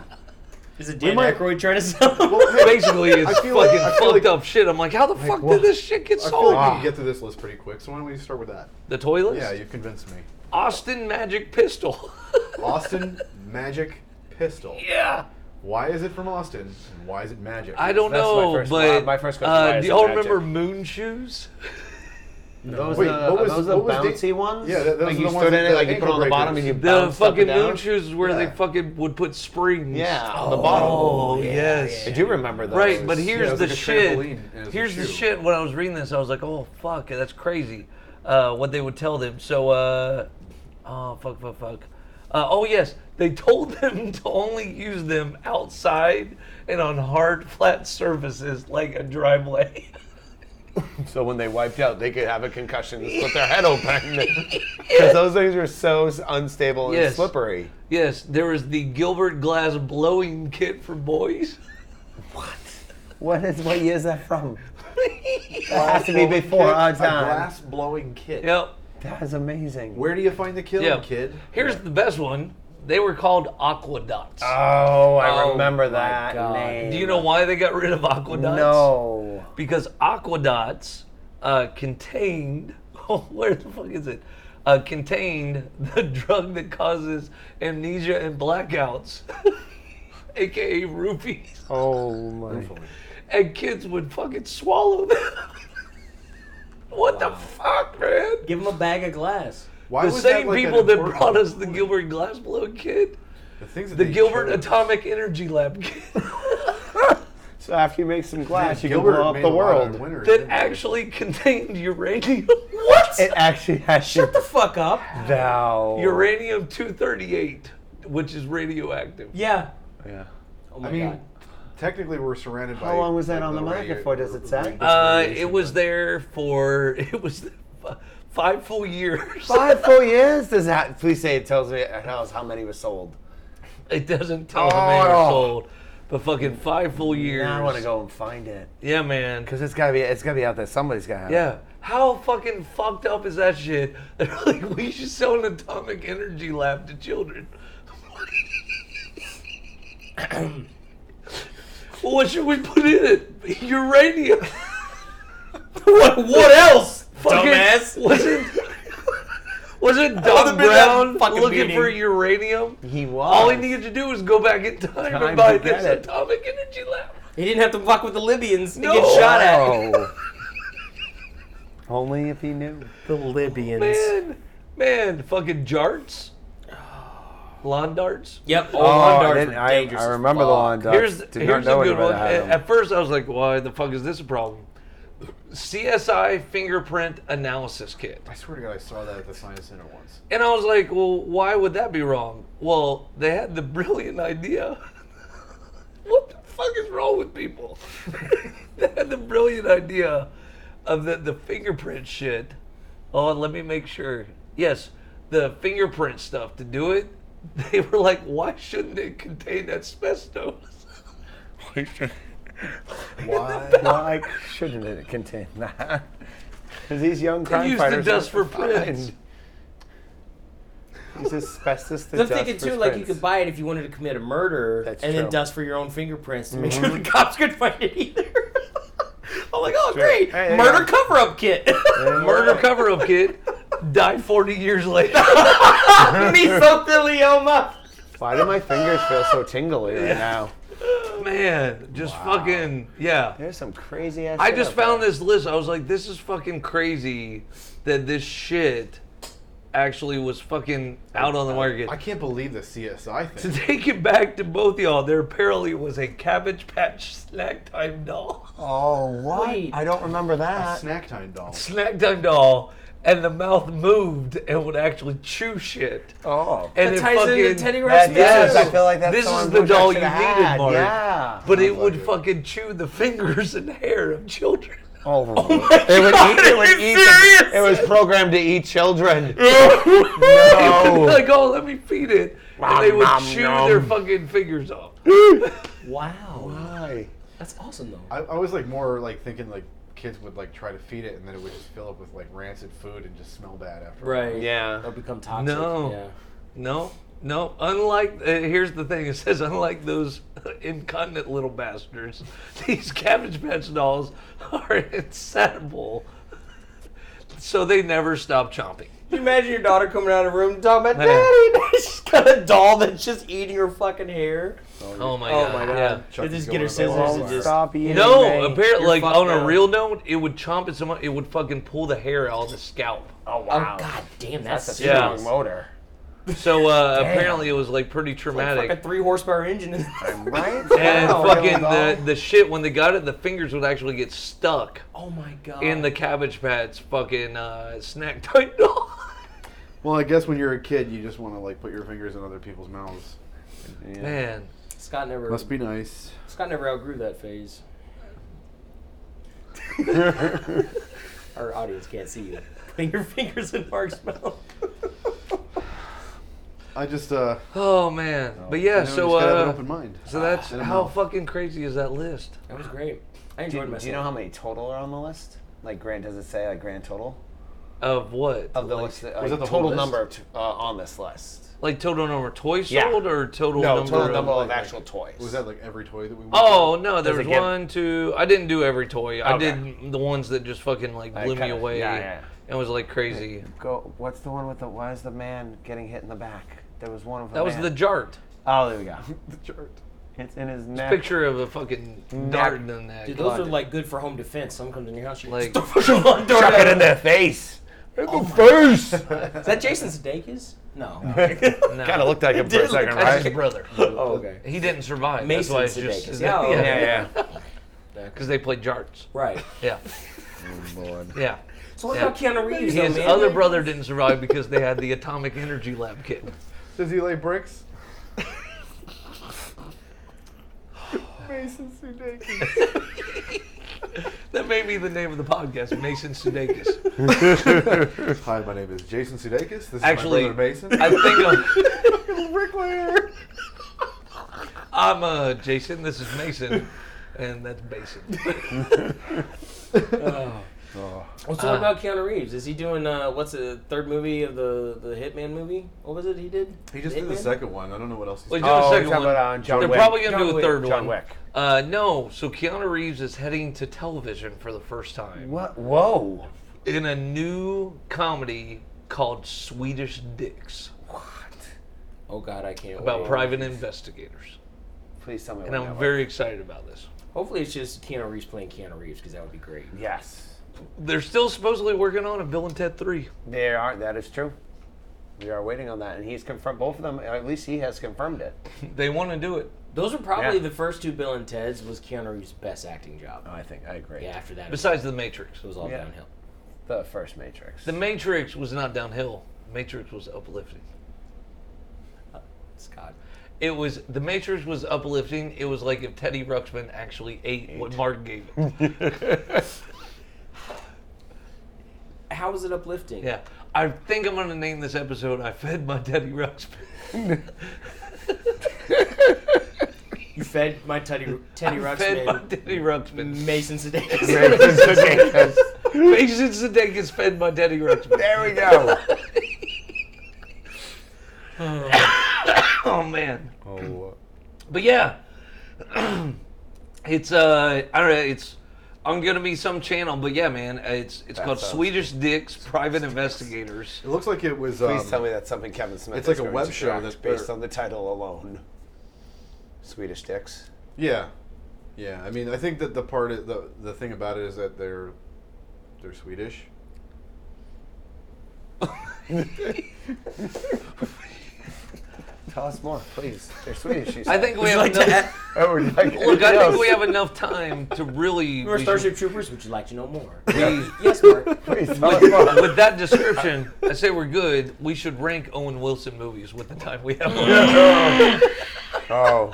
[SPEAKER 2] Is it Dan
[SPEAKER 3] might-
[SPEAKER 2] Aykroyd trying to sell?
[SPEAKER 1] Basically, it's fucking
[SPEAKER 3] feel like- I feel
[SPEAKER 1] fucked
[SPEAKER 3] like-
[SPEAKER 1] up Ah. shit. I'm like, how the fuck
[SPEAKER 4] what?
[SPEAKER 1] did this shit get
[SPEAKER 3] I feel
[SPEAKER 1] sold?
[SPEAKER 3] like we can get through this list pretty quick. So why don't we start with that?
[SPEAKER 1] the toy list?
[SPEAKER 3] Yeah, you convinced me.
[SPEAKER 1] Austin Magic Pistol.
[SPEAKER 3] Austin Magic Pistol.
[SPEAKER 1] yeah.
[SPEAKER 3] Why is it from Austin? And why is it magic?
[SPEAKER 1] I don't
[SPEAKER 4] That's my
[SPEAKER 1] know,
[SPEAKER 4] first-
[SPEAKER 1] but
[SPEAKER 4] uh, my first question, why
[SPEAKER 1] uh,
[SPEAKER 4] is
[SPEAKER 1] do
[SPEAKER 4] it
[SPEAKER 1] y'all
[SPEAKER 4] magic?
[SPEAKER 1] remember Moon Shoes?
[SPEAKER 4] Those
[SPEAKER 3] Wait,
[SPEAKER 4] the,
[SPEAKER 3] what
[SPEAKER 4] are
[SPEAKER 3] was-
[SPEAKER 4] those the
[SPEAKER 3] what was the-
[SPEAKER 4] bouncy ones?
[SPEAKER 3] Yeah, th- those
[SPEAKER 4] like
[SPEAKER 3] are
[SPEAKER 4] you
[SPEAKER 3] the ones
[SPEAKER 4] stood
[SPEAKER 3] that-
[SPEAKER 4] in it,
[SPEAKER 3] the
[SPEAKER 4] like you put it on the
[SPEAKER 3] ankle
[SPEAKER 4] bottom and
[SPEAKER 3] breakers.
[SPEAKER 4] you
[SPEAKER 1] The
[SPEAKER 4] bounced up
[SPEAKER 1] fucking
[SPEAKER 4] and down.
[SPEAKER 1] Moon Shoes is where
[SPEAKER 3] Yeah.
[SPEAKER 1] they fucking would put springs.
[SPEAKER 4] Yeah, on the bottom.
[SPEAKER 1] Oh, yes.
[SPEAKER 4] I do remember those.
[SPEAKER 1] Right, but
[SPEAKER 3] Yeah,
[SPEAKER 1] here's
[SPEAKER 3] it was
[SPEAKER 1] the
[SPEAKER 3] like a
[SPEAKER 1] shit.
[SPEAKER 3] trampoline, and it was a
[SPEAKER 1] Here's the
[SPEAKER 3] shoe.
[SPEAKER 1] shit. When I was reading this, I was like, "Oh fuck, that's crazy." Uh, what they would tell them. So, uh, oh fuck, fuck, fuck. Uh, oh yes, they told them to only use them outside and on hard, flat surfaces like a driveway.
[SPEAKER 4] So when they wiped out, they could have a concussion and split their head open. Because those things are so s- unstable and
[SPEAKER 1] Yes.
[SPEAKER 4] slippery.
[SPEAKER 1] yes, there was the Gilbert Glass blowing kit for boys.
[SPEAKER 4] What is what year is that from? that has to be before our
[SPEAKER 3] a
[SPEAKER 4] time.
[SPEAKER 3] glass blowing kid.
[SPEAKER 1] yep.
[SPEAKER 4] That is amazing.
[SPEAKER 3] Where do you find the killing
[SPEAKER 1] Yeah.
[SPEAKER 3] kid?
[SPEAKER 1] Here's the best one. They were called aqueducts.
[SPEAKER 4] Oh, I
[SPEAKER 1] Oh
[SPEAKER 4] remember
[SPEAKER 2] my
[SPEAKER 4] that
[SPEAKER 2] God.
[SPEAKER 4] name.
[SPEAKER 1] Do you know why they got rid of aqueducts?
[SPEAKER 4] No.
[SPEAKER 1] because aqueducts uh, contained oh, where the fuck is it uh, contained the drug that causes amnesia and blackouts aka rupees
[SPEAKER 4] Oh my.
[SPEAKER 1] and kids would fucking swallow them what the fuck man
[SPEAKER 2] Give him a bag of glass.
[SPEAKER 3] Why
[SPEAKER 1] the
[SPEAKER 3] was that,
[SPEAKER 1] same
[SPEAKER 3] like, an
[SPEAKER 1] people that
[SPEAKER 3] important-
[SPEAKER 1] brought us the gilbert glassblow kid
[SPEAKER 3] the, things that
[SPEAKER 1] the
[SPEAKER 3] they
[SPEAKER 1] gilbert
[SPEAKER 3] chose.
[SPEAKER 1] atomic energy lab kid
[SPEAKER 4] So after you make some glass, you
[SPEAKER 3] Gilbert
[SPEAKER 4] can blow up
[SPEAKER 3] made
[SPEAKER 4] the
[SPEAKER 3] a lot of
[SPEAKER 4] world.
[SPEAKER 3] winners,
[SPEAKER 1] that
[SPEAKER 3] didn't he?
[SPEAKER 1] actually contained uranium
[SPEAKER 2] What?
[SPEAKER 4] It actually has
[SPEAKER 2] Shut the
[SPEAKER 4] your
[SPEAKER 2] fuck up.
[SPEAKER 4] thou.
[SPEAKER 1] uranium 238 which is radioactive
[SPEAKER 2] Yeah.
[SPEAKER 4] Yeah.
[SPEAKER 2] Oh my
[SPEAKER 3] I mean,
[SPEAKER 2] god.
[SPEAKER 3] technically we're surrounded by.
[SPEAKER 4] How long was that
[SPEAKER 3] like,
[SPEAKER 4] on the market
[SPEAKER 3] radio-
[SPEAKER 4] for, does it say?
[SPEAKER 3] radio-
[SPEAKER 1] Uh,
[SPEAKER 3] radiation,
[SPEAKER 1] it was
[SPEAKER 3] but-
[SPEAKER 1] there for it was there fi- five full years.
[SPEAKER 4] Five full years? Does that? Please say it tells me it tells how many was sold.
[SPEAKER 1] It doesn't tell how many
[SPEAKER 4] Oh.
[SPEAKER 1] are sold, but fucking five full years.
[SPEAKER 4] Now I want to go and find it
[SPEAKER 1] Yeah, man.
[SPEAKER 4] because it's gotta be it's gotta be out there. Somebody's gotta have it.
[SPEAKER 1] Yeah. How fucking fucked up is that shit? They're like, we should sell an atomic energy lab to children. well, what should we put in it? Uranium.
[SPEAKER 2] what, what else?
[SPEAKER 1] Fucking-
[SPEAKER 2] Dumbass.
[SPEAKER 1] Was it? Was it
[SPEAKER 2] would've
[SPEAKER 1] Doc
[SPEAKER 2] been at
[SPEAKER 1] Brown
[SPEAKER 2] fucking
[SPEAKER 1] looking
[SPEAKER 2] meeting.
[SPEAKER 1] for uranium?
[SPEAKER 4] He was.
[SPEAKER 1] All he needed to do was go back in time,
[SPEAKER 4] Time
[SPEAKER 1] and buy
[SPEAKER 4] to get
[SPEAKER 1] this
[SPEAKER 4] it.
[SPEAKER 1] atomic energy lab.
[SPEAKER 2] He didn't have to fuck with the Libyans to
[SPEAKER 1] No.
[SPEAKER 2] get shot at.
[SPEAKER 4] Oh. Only if he knew. The Libyans.
[SPEAKER 1] Man, man, fucking jarts, lawn darts.
[SPEAKER 2] Yep.
[SPEAKER 4] Oh,
[SPEAKER 2] lawn darts
[SPEAKER 4] I, didn't-
[SPEAKER 2] were
[SPEAKER 4] I-
[SPEAKER 2] dangerous
[SPEAKER 4] I
[SPEAKER 2] as
[SPEAKER 4] remember the
[SPEAKER 2] fuck.
[SPEAKER 4] lawn darts.
[SPEAKER 1] Here's
[SPEAKER 4] Did not
[SPEAKER 1] here's
[SPEAKER 4] know
[SPEAKER 1] a good
[SPEAKER 4] anybody
[SPEAKER 1] one.
[SPEAKER 4] that had
[SPEAKER 1] At,
[SPEAKER 4] them.
[SPEAKER 1] at first, I was like, "Why the fuck is this a problem?" CSI fingerprint analysis kit.
[SPEAKER 3] I swear to God, I saw that at the Science Center once.
[SPEAKER 1] And I was like, well, why would that be wrong? Well, they had the brilliant idea. what the fuck is wrong with people? they had the brilliant idea of the, the fingerprint shit. Oh, let me make sure. Yes, the fingerprint stuff to do it. They were like, why shouldn't it contain asbestos?
[SPEAKER 3] Why?
[SPEAKER 4] Why shouldn't it contain that? Because these young crime
[SPEAKER 1] use the
[SPEAKER 4] fighters
[SPEAKER 1] dust
[SPEAKER 4] are
[SPEAKER 1] for prints.
[SPEAKER 4] fine. Use asbestos to
[SPEAKER 2] I'm
[SPEAKER 4] dust
[SPEAKER 2] thinking
[SPEAKER 4] for
[SPEAKER 2] too, like you
[SPEAKER 4] prints.
[SPEAKER 2] could buy it if you wanted to commit a murder,
[SPEAKER 4] That's
[SPEAKER 2] and
[SPEAKER 4] true. Mm-hmm.
[SPEAKER 2] then dust for your own fingerprints to make sure the cops could find it either. I'm like, oh
[SPEAKER 4] true.
[SPEAKER 2] great,
[SPEAKER 4] Hey, Mm-hmm. hey,
[SPEAKER 2] murder
[SPEAKER 4] I'm-
[SPEAKER 2] cover-up kit.
[SPEAKER 1] Murder cover up kid died 40 years later.
[SPEAKER 2] Mesothelioma.
[SPEAKER 4] Why do my fingers feel so tingly right now?
[SPEAKER 1] Man, just fucking, yeah.
[SPEAKER 4] There's some crazy ass.
[SPEAKER 1] I
[SPEAKER 4] shit
[SPEAKER 1] just
[SPEAKER 4] out there.
[SPEAKER 1] found this list. I was like, this is fucking crazy that this shit actually was fucking out on the market.
[SPEAKER 3] I can't believe the CSI
[SPEAKER 1] To
[SPEAKER 3] thing.
[SPEAKER 1] take it back to both y'all, there apparently was a Cabbage Patch Snack Time doll.
[SPEAKER 4] Oh what?
[SPEAKER 2] Wait.
[SPEAKER 4] I don't remember that.
[SPEAKER 3] Snack time doll.
[SPEAKER 1] Snack Time doll, and the mouth moved and would actually chew shit.
[SPEAKER 4] Oh.
[SPEAKER 1] And
[SPEAKER 2] That
[SPEAKER 1] it
[SPEAKER 2] ties into
[SPEAKER 1] fucking-
[SPEAKER 2] Teddy
[SPEAKER 4] That
[SPEAKER 2] Ruxpin.
[SPEAKER 4] does. I feel like that's
[SPEAKER 1] This
[SPEAKER 4] someone
[SPEAKER 1] is the
[SPEAKER 4] who
[SPEAKER 1] doll
[SPEAKER 4] I
[SPEAKER 1] you
[SPEAKER 4] should've
[SPEAKER 1] needed,
[SPEAKER 4] had.
[SPEAKER 1] Mark.
[SPEAKER 4] Yeah.
[SPEAKER 1] But it
[SPEAKER 3] like
[SPEAKER 1] would
[SPEAKER 3] Oh, it.
[SPEAKER 1] fucking chew the fingers and hair of children.
[SPEAKER 4] Oh, it would
[SPEAKER 1] God,
[SPEAKER 4] eat. It
[SPEAKER 1] are
[SPEAKER 4] would
[SPEAKER 1] you
[SPEAKER 4] eat.
[SPEAKER 1] serious?
[SPEAKER 4] The, it was programmed to eat children.
[SPEAKER 1] It would be like, oh, let me feed it.
[SPEAKER 4] Nom,
[SPEAKER 1] and they would
[SPEAKER 4] nom,
[SPEAKER 1] chew
[SPEAKER 4] nom.
[SPEAKER 1] their fucking fingers off.
[SPEAKER 2] Wow,
[SPEAKER 4] Why?
[SPEAKER 2] that's awesome though.
[SPEAKER 3] I, I was like more like thinking like kids would like try to feed it and then it would just fill up with like rancid food and just smell bad after.
[SPEAKER 2] Right.
[SPEAKER 4] Yeah.
[SPEAKER 2] They'll become toxic.
[SPEAKER 1] No.
[SPEAKER 2] Yeah.
[SPEAKER 1] No, no. Unlike uh, here's the thing: it says unlike those incontinent little bastards, these cabbage patch dolls are insatiable, so they never stop chomping.
[SPEAKER 2] Can you imagine your daughter coming out of her room and talking about
[SPEAKER 1] Yeah.
[SPEAKER 2] daddy? She's got a doll that's just eating her fucking hair.
[SPEAKER 1] Oh my
[SPEAKER 2] Oh
[SPEAKER 1] god!
[SPEAKER 2] my god.
[SPEAKER 1] yeah.
[SPEAKER 2] They
[SPEAKER 3] Chucky's
[SPEAKER 2] just
[SPEAKER 3] going
[SPEAKER 2] get her
[SPEAKER 3] to the
[SPEAKER 2] scissors and
[SPEAKER 3] wall.
[SPEAKER 2] just
[SPEAKER 4] Oh, Stop eating.
[SPEAKER 1] No,
[SPEAKER 4] me.
[SPEAKER 1] apparently,
[SPEAKER 2] You're
[SPEAKER 1] like
[SPEAKER 2] fucked
[SPEAKER 1] on a
[SPEAKER 2] up.
[SPEAKER 1] real note, it would chomp at someone. It would fucking pull the hair out of the scalp.
[SPEAKER 4] Oh
[SPEAKER 2] Oh
[SPEAKER 4] wow.
[SPEAKER 2] god damn, that's,
[SPEAKER 4] That's a
[SPEAKER 2] that's
[SPEAKER 1] Yeah.
[SPEAKER 4] strong motor.
[SPEAKER 1] So uh, apparently, it was like pretty
[SPEAKER 2] like
[SPEAKER 1] traumatic.
[SPEAKER 2] a three horsepower engine. In the-
[SPEAKER 4] Right?
[SPEAKER 1] and
[SPEAKER 4] Wow.
[SPEAKER 1] fucking
[SPEAKER 4] Really?
[SPEAKER 1] the, the shit when they got it, the fingers would actually get stuck
[SPEAKER 2] oh my god.
[SPEAKER 1] in the Cabbage Patch fucking uh, snack type doll.
[SPEAKER 3] Well, I guess when you're a kid, you just want to like put your fingers in other people's mouths.
[SPEAKER 1] Man,
[SPEAKER 2] Scott never
[SPEAKER 3] Must be nice.
[SPEAKER 2] Scott never outgrew that phase. Our audience can't see you. Putting your fingers in Mark's mouth.
[SPEAKER 3] I just uh.
[SPEAKER 1] oh man, but yeah,
[SPEAKER 3] you know,
[SPEAKER 1] so
[SPEAKER 3] just gotta have an
[SPEAKER 1] uh,
[SPEAKER 3] open mind.
[SPEAKER 1] so that's
[SPEAKER 3] And a
[SPEAKER 1] how
[SPEAKER 3] mouth.
[SPEAKER 1] fucking crazy is that list?
[SPEAKER 2] That was great. I
[SPEAKER 4] Do,
[SPEAKER 2] enjoyed
[SPEAKER 4] you-
[SPEAKER 2] myself.
[SPEAKER 4] do you know how many total are on the list? Like, grand does it say like grand total
[SPEAKER 1] Of what?
[SPEAKER 4] of the
[SPEAKER 3] Like,
[SPEAKER 4] list? Like,
[SPEAKER 3] was it the whole
[SPEAKER 4] total
[SPEAKER 3] list?
[SPEAKER 4] number of t- uh, on this list?
[SPEAKER 1] Like total number of toys
[SPEAKER 4] Yeah.
[SPEAKER 1] sold or total
[SPEAKER 4] No,
[SPEAKER 1] number?
[SPEAKER 4] total
[SPEAKER 1] of-
[SPEAKER 4] number of
[SPEAKER 3] like-
[SPEAKER 4] actual toys.
[SPEAKER 3] Was that like every toy that we?
[SPEAKER 1] Oh no, there
[SPEAKER 4] Does
[SPEAKER 1] was
[SPEAKER 4] it give-
[SPEAKER 1] one, two. I didn't do every toy. I
[SPEAKER 4] Okay.
[SPEAKER 1] did the ones that just fucking like
[SPEAKER 4] I
[SPEAKER 1] blew me
[SPEAKER 4] kinda-
[SPEAKER 1] away
[SPEAKER 4] yeah, yeah.
[SPEAKER 1] and was like crazy.
[SPEAKER 4] Go. What's the one with the? Why is the man getting hit in the back? There was one of
[SPEAKER 1] That was the jart.
[SPEAKER 4] Oh, there we go.
[SPEAKER 3] the chart.
[SPEAKER 4] It's in his neck.
[SPEAKER 1] Picture of a fucking dart in the neck.
[SPEAKER 2] Dude, those
[SPEAKER 4] God.
[SPEAKER 2] are like good for home defense. Someone comes in your house, you
[SPEAKER 1] Like-
[SPEAKER 2] like, the fucking lawn door
[SPEAKER 4] Chuck it
[SPEAKER 2] down.
[SPEAKER 4] in their face. In the face.
[SPEAKER 2] Is that Jason Sudeikis? No.
[SPEAKER 1] No.
[SPEAKER 4] kind of looked like him for a
[SPEAKER 2] did look
[SPEAKER 4] second,
[SPEAKER 2] like-
[SPEAKER 1] That's
[SPEAKER 4] right?
[SPEAKER 1] his brother.
[SPEAKER 2] oh, okay.
[SPEAKER 1] He didn't survive.
[SPEAKER 2] Mason
[SPEAKER 1] That's why it's
[SPEAKER 2] Sudeikis.
[SPEAKER 1] just
[SPEAKER 2] Yeah, oh,
[SPEAKER 1] yeah,
[SPEAKER 2] okay.
[SPEAKER 4] Yeah, yeah.
[SPEAKER 1] because they played jarts.
[SPEAKER 2] Right.
[SPEAKER 1] Yeah,
[SPEAKER 3] Oh,
[SPEAKER 1] yeah.
[SPEAKER 2] So what
[SPEAKER 1] Yeah.
[SPEAKER 2] about Keanu Reeves? though,
[SPEAKER 1] His
[SPEAKER 2] man?
[SPEAKER 1] other brother didn't survive because they had the atomic energy lab kit.
[SPEAKER 3] Does he lay bricks? Mason Sudeikis.
[SPEAKER 1] That may be the name of the podcast, Mason Sudeikis.
[SPEAKER 3] Hi, my name is Jason Sudeikis. This is
[SPEAKER 1] Actually,
[SPEAKER 3] my brother Mason.
[SPEAKER 1] I think I'm,
[SPEAKER 3] bricklayer.
[SPEAKER 1] I'm uh, Jason. This is Mason, and that's Mason.
[SPEAKER 3] Oh.
[SPEAKER 1] Uh,
[SPEAKER 2] What's all about Keanu Reeves? Is he doing uh, what's the third movie of the the Hitman movie? What was it he did?
[SPEAKER 3] He just did the
[SPEAKER 2] Hitman?
[SPEAKER 3] second one. I don't know what else he's
[SPEAKER 1] Well,
[SPEAKER 3] doing.
[SPEAKER 1] he's doing
[SPEAKER 4] Oh,
[SPEAKER 1] the second
[SPEAKER 4] you're talking
[SPEAKER 1] one.
[SPEAKER 4] about, uh, John
[SPEAKER 1] They're
[SPEAKER 4] Wick.
[SPEAKER 1] probably gonna
[SPEAKER 2] John
[SPEAKER 1] do a
[SPEAKER 2] Wick.
[SPEAKER 1] third
[SPEAKER 4] John
[SPEAKER 1] one.
[SPEAKER 4] Wick.
[SPEAKER 1] Uh, no, so Keanu Reeves is heading to television for the first time
[SPEAKER 4] What? Whoa.
[SPEAKER 1] in a new comedy called Swedish Dicks
[SPEAKER 2] Oh Oh, God, I can't.
[SPEAKER 1] about
[SPEAKER 2] wait.
[SPEAKER 1] private investigators,
[SPEAKER 4] Please tell me.
[SPEAKER 1] and I'm very excited about this.
[SPEAKER 2] Hopefully, it's just Keanu Reeves playing Keanu Reeves because that would be great.
[SPEAKER 4] Yes.
[SPEAKER 1] They're still supposedly working on a Bill and Ted Three.
[SPEAKER 4] They are. That is true. We are waiting on that, and he's confirmed both of them. Or at least he has confirmed it.
[SPEAKER 1] They want to do it.
[SPEAKER 2] Those were probably
[SPEAKER 4] Yeah.
[SPEAKER 2] the first two Bill and Ted's was Keanu Reeves' best acting job.
[SPEAKER 3] Oh.
[SPEAKER 4] I think I agree.
[SPEAKER 2] yeah, after that,
[SPEAKER 1] Besides the Matrix,
[SPEAKER 2] it was all
[SPEAKER 4] Yeah.
[SPEAKER 2] downhill.
[SPEAKER 4] The first Matrix.
[SPEAKER 1] the Matrix was not downhill. Matrix was uplifting.
[SPEAKER 2] Scott.
[SPEAKER 1] It was the Matrix was uplifting. It was like if Teddy Ruxpin actually ate, what Martin gave him.
[SPEAKER 2] How was it uplifting?
[SPEAKER 1] yeah, I think I'm gonna name this episode. I fed my Teddy Ruxpin.
[SPEAKER 2] You fed my Teddy Teddy
[SPEAKER 1] I fed my
[SPEAKER 2] Ruxpin,
[SPEAKER 1] Teddy Ruxpin.
[SPEAKER 2] Mason Sudeikis.
[SPEAKER 4] Matrix Sudeikis.
[SPEAKER 1] Mason Sudeikis fed my Teddy Ruxpin.
[SPEAKER 4] there we go.
[SPEAKER 1] Oh man.
[SPEAKER 3] Oh,
[SPEAKER 1] But yeah, it's uh, I don't know. It's I'm gonna be some channel, but yeah, man, it's it's
[SPEAKER 4] That
[SPEAKER 1] called
[SPEAKER 4] sounds-
[SPEAKER 1] Swedish Dicks Private Investigators.
[SPEAKER 3] it looks like it was.
[SPEAKER 4] Please
[SPEAKER 3] um,
[SPEAKER 4] tell me that's something Kevin Smith.
[SPEAKER 3] it's like
[SPEAKER 4] is
[SPEAKER 3] a
[SPEAKER 4] going
[SPEAKER 3] web
[SPEAKER 4] to
[SPEAKER 3] show
[SPEAKER 4] direct
[SPEAKER 3] that's-
[SPEAKER 4] based
[SPEAKER 3] or-
[SPEAKER 4] on the title alone. Swedish dicks.
[SPEAKER 3] Yeah, yeah. I mean, I think that the part of the the thing about it is that they're they're Swedish.
[SPEAKER 4] Tell us more, please. They're Swedish. You
[SPEAKER 1] I
[SPEAKER 4] said.
[SPEAKER 1] think we have enough.
[SPEAKER 4] Oh, would you like
[SPEAKER 1] Look, I
[SPEAKER 4] anything
[SPEAKER 1] think
[SPEAKER 4] else?
[SPEAKER 1] we have enough time to really.
[SPEAKER 2] Remember
[SPEAKER 1] we
[SPEAKER 2] Starship Troopers? Would you like to know more?
[SPEAKER 1] should- we-
[SPEAKER 2] yes, Mark.
[SPEAKER 4] Please tell us more.
[SPEAKER 1] uh, with that description, I say we're good. We should rank Owen Wilson movies with the time we have. left.
[SPEAKER 4] Oh,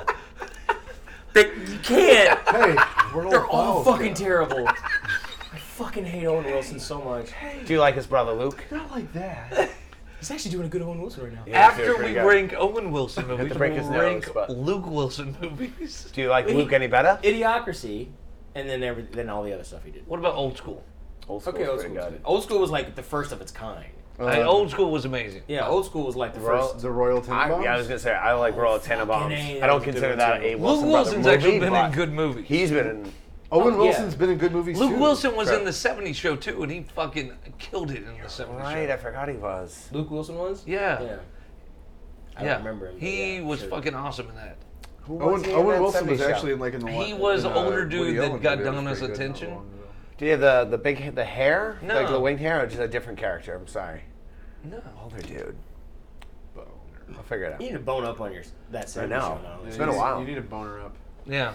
[SPEAKER 2] you can't.
[SPEAKER 3] Hey, we're all
[SPEAKER 2] They're all
[SPEAKER 3] foul.
[SPEAKER 2] fucking terrible. I fucking hate Owen Wilson so much.
[SPEAKER 4] do you like his brother Luke?
[SPEAKER 3] Not like that.
[SPEAKER 2] He's actually doing a good Owen Wilson right now.
[SPEAKER 1] After we rank Owen Wilson movies,
[SPEAKER 4] break his
[SPEAKER 1] we'll
[SPEAKER 4] nose,
[SPEAKER 1] rank
[SPEAKER 4] but-
[SPEAKER 1] Luke Wilson movies.
[SPEAKER 4] do you like Luke any better?
[SPEAKER 2] Idiocracy, and then every, then all the other stuff he did.
[SPEAKER 1] What about Old School?
[SPEAKER 4] Old
[SPEAKER 2] Okay, old school. Old school was like the first of its kind.
[SPEAKER 1] I- old School was amazing.
[SPEAKER 2] Yeah, old school was like the
[SPEAKER 4] Royal-
[SPEAKER 2] first.
[SPEAKER 3] Uh, the Royal
[SPEAKER 4] I,
[SPEAKER 3] Tenenbaums.
[SPEAKER 4] yeah, I was gonna say I like Royal
[SPEAKER 2] A,
[SPEAKER 4] Tenenbaums. I
[SPEAKER 2] that
[SPEAKER 4] don't
[SPEAKER 2] was a
[SPEAKER 4] consider
[SPEAKER 2] good one,
[SPEAKER 4] that Oh, a
[SPEAKER 2] too.
[SPEAKER 1] Luke
[SPEAKER 4] Wilson brother
[SPEAKER 1] Wilson's actually
[SPEAKER 4] movie,
[SPEAKER 1] been
[SPEAKER 4] but
[SPEAKER 1] in good movies.
[SPEAKER 4] He's been in.
[SPEAKER 3] Owen
[SPEAKER 2] Oh,
[SPEAKER 3] Wilson's
[SPEAKER 2] yeah.
[SPEAKER 3] been in good movies
[SPEAKER 1] Luke
[SPEAKER 3] too.
[SPEAKER 1] Wilson was
[SPEAKER 4] Correct.
[SPEAKER 1] in the 70s show too, and he fucking killed it in the 70s
[SPEAKER 4] Right, I
[SPEAKER 1] show.
[SPEAKER 4] forgot he was.
[SPEAKER 2] Luke Wilson was.
[SPEAKER 1] Yeah.
[SPEAKER 2] Yeah. I
[SPEAKER 1] yeah.
[SPEAKER 2] don't remember him. but
[SPEAKER 1] He
[SPEAKER 2] yeah,
[SPEAKER 1] was
[SPEAKER 2] sure.
[SPEAKER 1] fucking awesome in that.
[SPEAKER 4] Who
[SPEAKER 3] Owen,
[SPEAKER 4] he in
[SPEAKER 3] Owen
[SPEAKER 4] that
[SPEAKER 3] Wilson was
[SPEAKER 4] 70s show?
[SPEAKER 3] actually in like in the
[SPEAKER 1] He
[SPEAKER 3] one-
[SPEAKER 1] was
[SPEAKER 3] in, uh,
[SPEAKER 1] the older dude
[SPEAKER 3] Woody
[SPEAKER 1] that
[SPEAKER 3] Allen
[SPEAKER 1] got
[SPEAKER 3] movie. That
[SPEAKER 1] Donna's
[SPEAKER 3] was pretty good not
[SPEAKER 1] attention.
[SPEAKER 3] long ago.
[SPEAKER 4] Do you have the the big the hair?
[SPEAKER 1] No.
[SPEAKER 4] Like the winged hair, or just a different character? I'm sorry.
[SPEAKER 1] No.
[SPEAKER 4] Older dude.
[SPEAKER 3] Boner.
[SPEAKER 4] I'll figure it out.
[SPEAKER 2] You need to bone up on your that
[SPEAKER 4] I
[SPEAKER 2] seventy
[SPEAKER 4] know.
[SPEAKER 2] show,
[SPEAKER 4] It's
[SPEAKER 2] though.
[SPEAKER 4] been a
[SPEAKER 3] You-
[SPEAKER 4] while.
[SPEAKER 3] You need a boner up.
[SPEAKER 1] Yeah.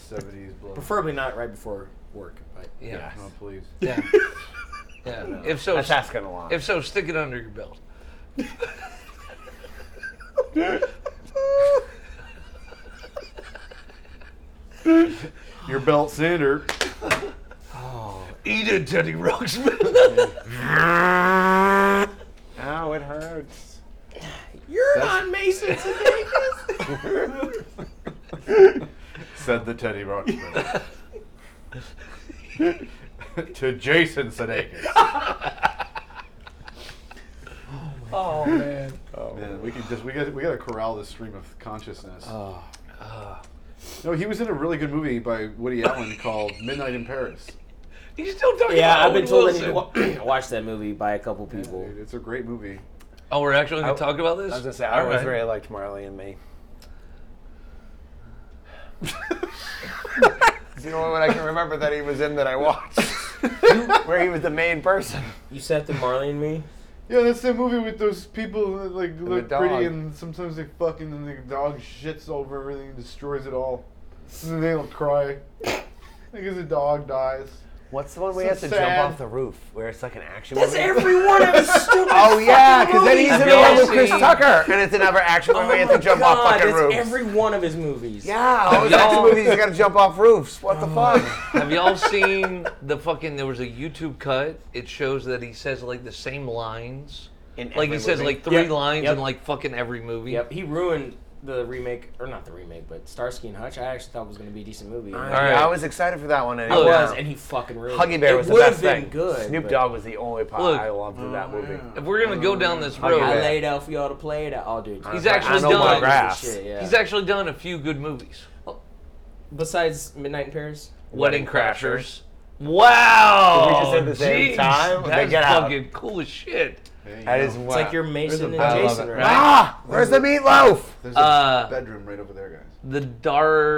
[SPEAKER 3] Seventies blood.
[SPEAKER 2] Preferably not right before work, but
[SPEAKER 1] Yeah.
[SPEAKER 3] Oh please.
[SPEAKER 1] Yeah. yeah. If so,
[SPEAKER 4] That's asking a lot.
[SPEAKER 1] if so, stick it under your belt.
[SPEAKER 3] Your belt sander.
[SPEAKER 1] Eat it, Teddy Ruxpin.
[SPEAKER 4] Ow, it hurts.
[SPEAKER 2] you're not Mason Sudeikis.
[SPEAKER 3] Said the Teddy Ruxpin. to Jason Sudeikis.
[SPEAKER 1] oh man.
[SPEAKER 3] Man, we could just we got we got to corral this stream of consciousness. No, he was in a really good movie by Woody Allen called Midnight in Paris.
[SPEAKER 1] You still talking
[SPEAKER 2] yeah,
[SPEAKER 1] about
[SPEAKER 2] I've
[SPEAKER 1] Owen
[SPEAKER 2] been told I need
[SPEAKER 1] Wilson.
[SPEAKER 2] to wa- watch that movie by a couple people.
[SPEAKER 3] Dude, it's a great movie.
[SPEAKER 1] Oh, we're actually gonna
[SPEAKER 4] I-
[SPEAKER 1] talk about this.
[SPEAKER 4] I was gonna say I always
[SPEAKER 1] Alright.
[SPEAKER 4] really liked Marley and Me. it's the only one I can remember that he was in that I watched, where he was the main person.
[SPEAKER 2] You said to Marley and me.
[SPEAKER 3] Yeah, that's that movie with those people that like
[SPEAKER 4] the
[SPEAKER 3] look
[SPEAKER 4] dog.
[SPEAKER 3] pretty and sometimes they fucking and the dog shits over everything and destroys it all. And then they'll cry. Because the dog dies.
[SPEAKER 4] What's the one where
[SPEAKER 3] So
[SPEAKER 4] he has to
[SPEAKER 3] sad.
[SPEAKER 4] jump off the roof, where it's like an action
[SPEAKER 2] That's
[SPEAKER 4] movie?
[SPEAKER 2] every one of his stupid.
[SPEAKER 4] Oh yeah, because then he's in
[SPEAKER 1] Have
[SPEAKER 4] the one
[SPEAKER 1] y'all
[SPEAKER 4] with Chris
[SPEAKER 1] seen-
[SPEAKER 4] Tucker, and it's another action movie. where he has to jump
[SPEAKER 2] Oh God,
[SPEAKER 4] off fucking
[SPEAKER 2] that's
[SPEAKER 4] roofs.
[SPEAKER 2] every Oh, one of his movies.
[SPEAKER 4] Yeah, all these
[SPEAKER 1] Y'all-
[SPEAKER 4] action movies you gotta jump off roofs. What the fuck?
[SPEAKER 1] Have y'all seen the fucking? There was a YouTube cut. It shows that he says like the same lines.
[SPEAKER 4] In
[SPEAKER 1] Like he
[SPEAKER 4] every
[SPEAKER 1] says
[SPEAKER 4] movie.
[SPEAKER 1] like three
[SPEAKER 2] Yep,
[SPEAKER 1] lines
[SPEAKER 2] yep.
[SPEAKER 1] in like fucking every movie.
[SPEAKER 2] Yep, he ruined the remake, or not the remake, but Starsky and Hutch. I actually thought was going to be a decent movie.
[SPEAKER 4] I,
[SPEAKER 1] right.
[SPEAKER 4] I was excited for that one. and
[SPEAKER 1] I
[SPEAKER 4] it
[SPEAKER 1] was,
[SPEAKER 2] was,
[SPEAKER 4] wasn't.
[SPEAKER 2] and he fucking ruined.
[SPEAKER 4] Huggy
[SPEAKER 2] it.
[SPEAKER 4] Bear
[SPEAKER 2] it
[SPEAKER 4] was the
[SPEAKER 2] would have
[SPEAKER 4] best
[SPEAKER 2] been
[SPEAKER 4] thing.
[SPEAKER 2] good.
[SPEAKER 4] Snoop
[SPEAKER 2] but Mm-hmm.
[SPEAKER 4] Dogg was the only part
[SPEAKER 1] Look.
[SPEAKER 4] I loved in that movie.
[SPEAKER 1] If we're gonna go down this
[SPEAKER 4] Huggy
[SPEAKER 1] road,
[SPEAKER 4] Bear.
[SPEAKER 2] I laid out for y'all to play it out. Oh, dude,
[SPEAKER 1] He's
[SPEAKER 2] I
[SPEAKER 1] actually
[SPEAKER 2] know my
[SPEAKER 1] done.
[SPEAKER 4] grass.
[SPEAKER 2] shit, yeah.
[SPEAKER 1] he's actually done a few good movies.
[SPEAKER 2] besides Midnight in Paris.
[SPEAKER 1] Wedding Crashers. Wow.
[SPEAKER 4] Did we just
[SPEAKER 1] Jeez,
[SPEAKER 4] say the same time? Okay,
[SPEAKER 1] That's
[SPEAKER 4] get out.
[SPEAKER 1] fucking cool as shit.
[SPEAKER 3] There you
[SPEAKER 4] That
[SPEAKER 3] go.
[SPEAKER 4] is
[SPEAKER 2] It's like you're Mason and
[SPEAKER 3] There's a- I love
[SPEAKER 2] Jason,
[SPEAKER 3] it.
[SPEAKER 2] right?
[SPEAKER 4] ah. Where's the meatloaf?
[SPEAKER 3] There's a
[SPEAKER 1] Uh,
[SPEAKER 3] bedroom right over there, guys.
[SPEAKER 1] The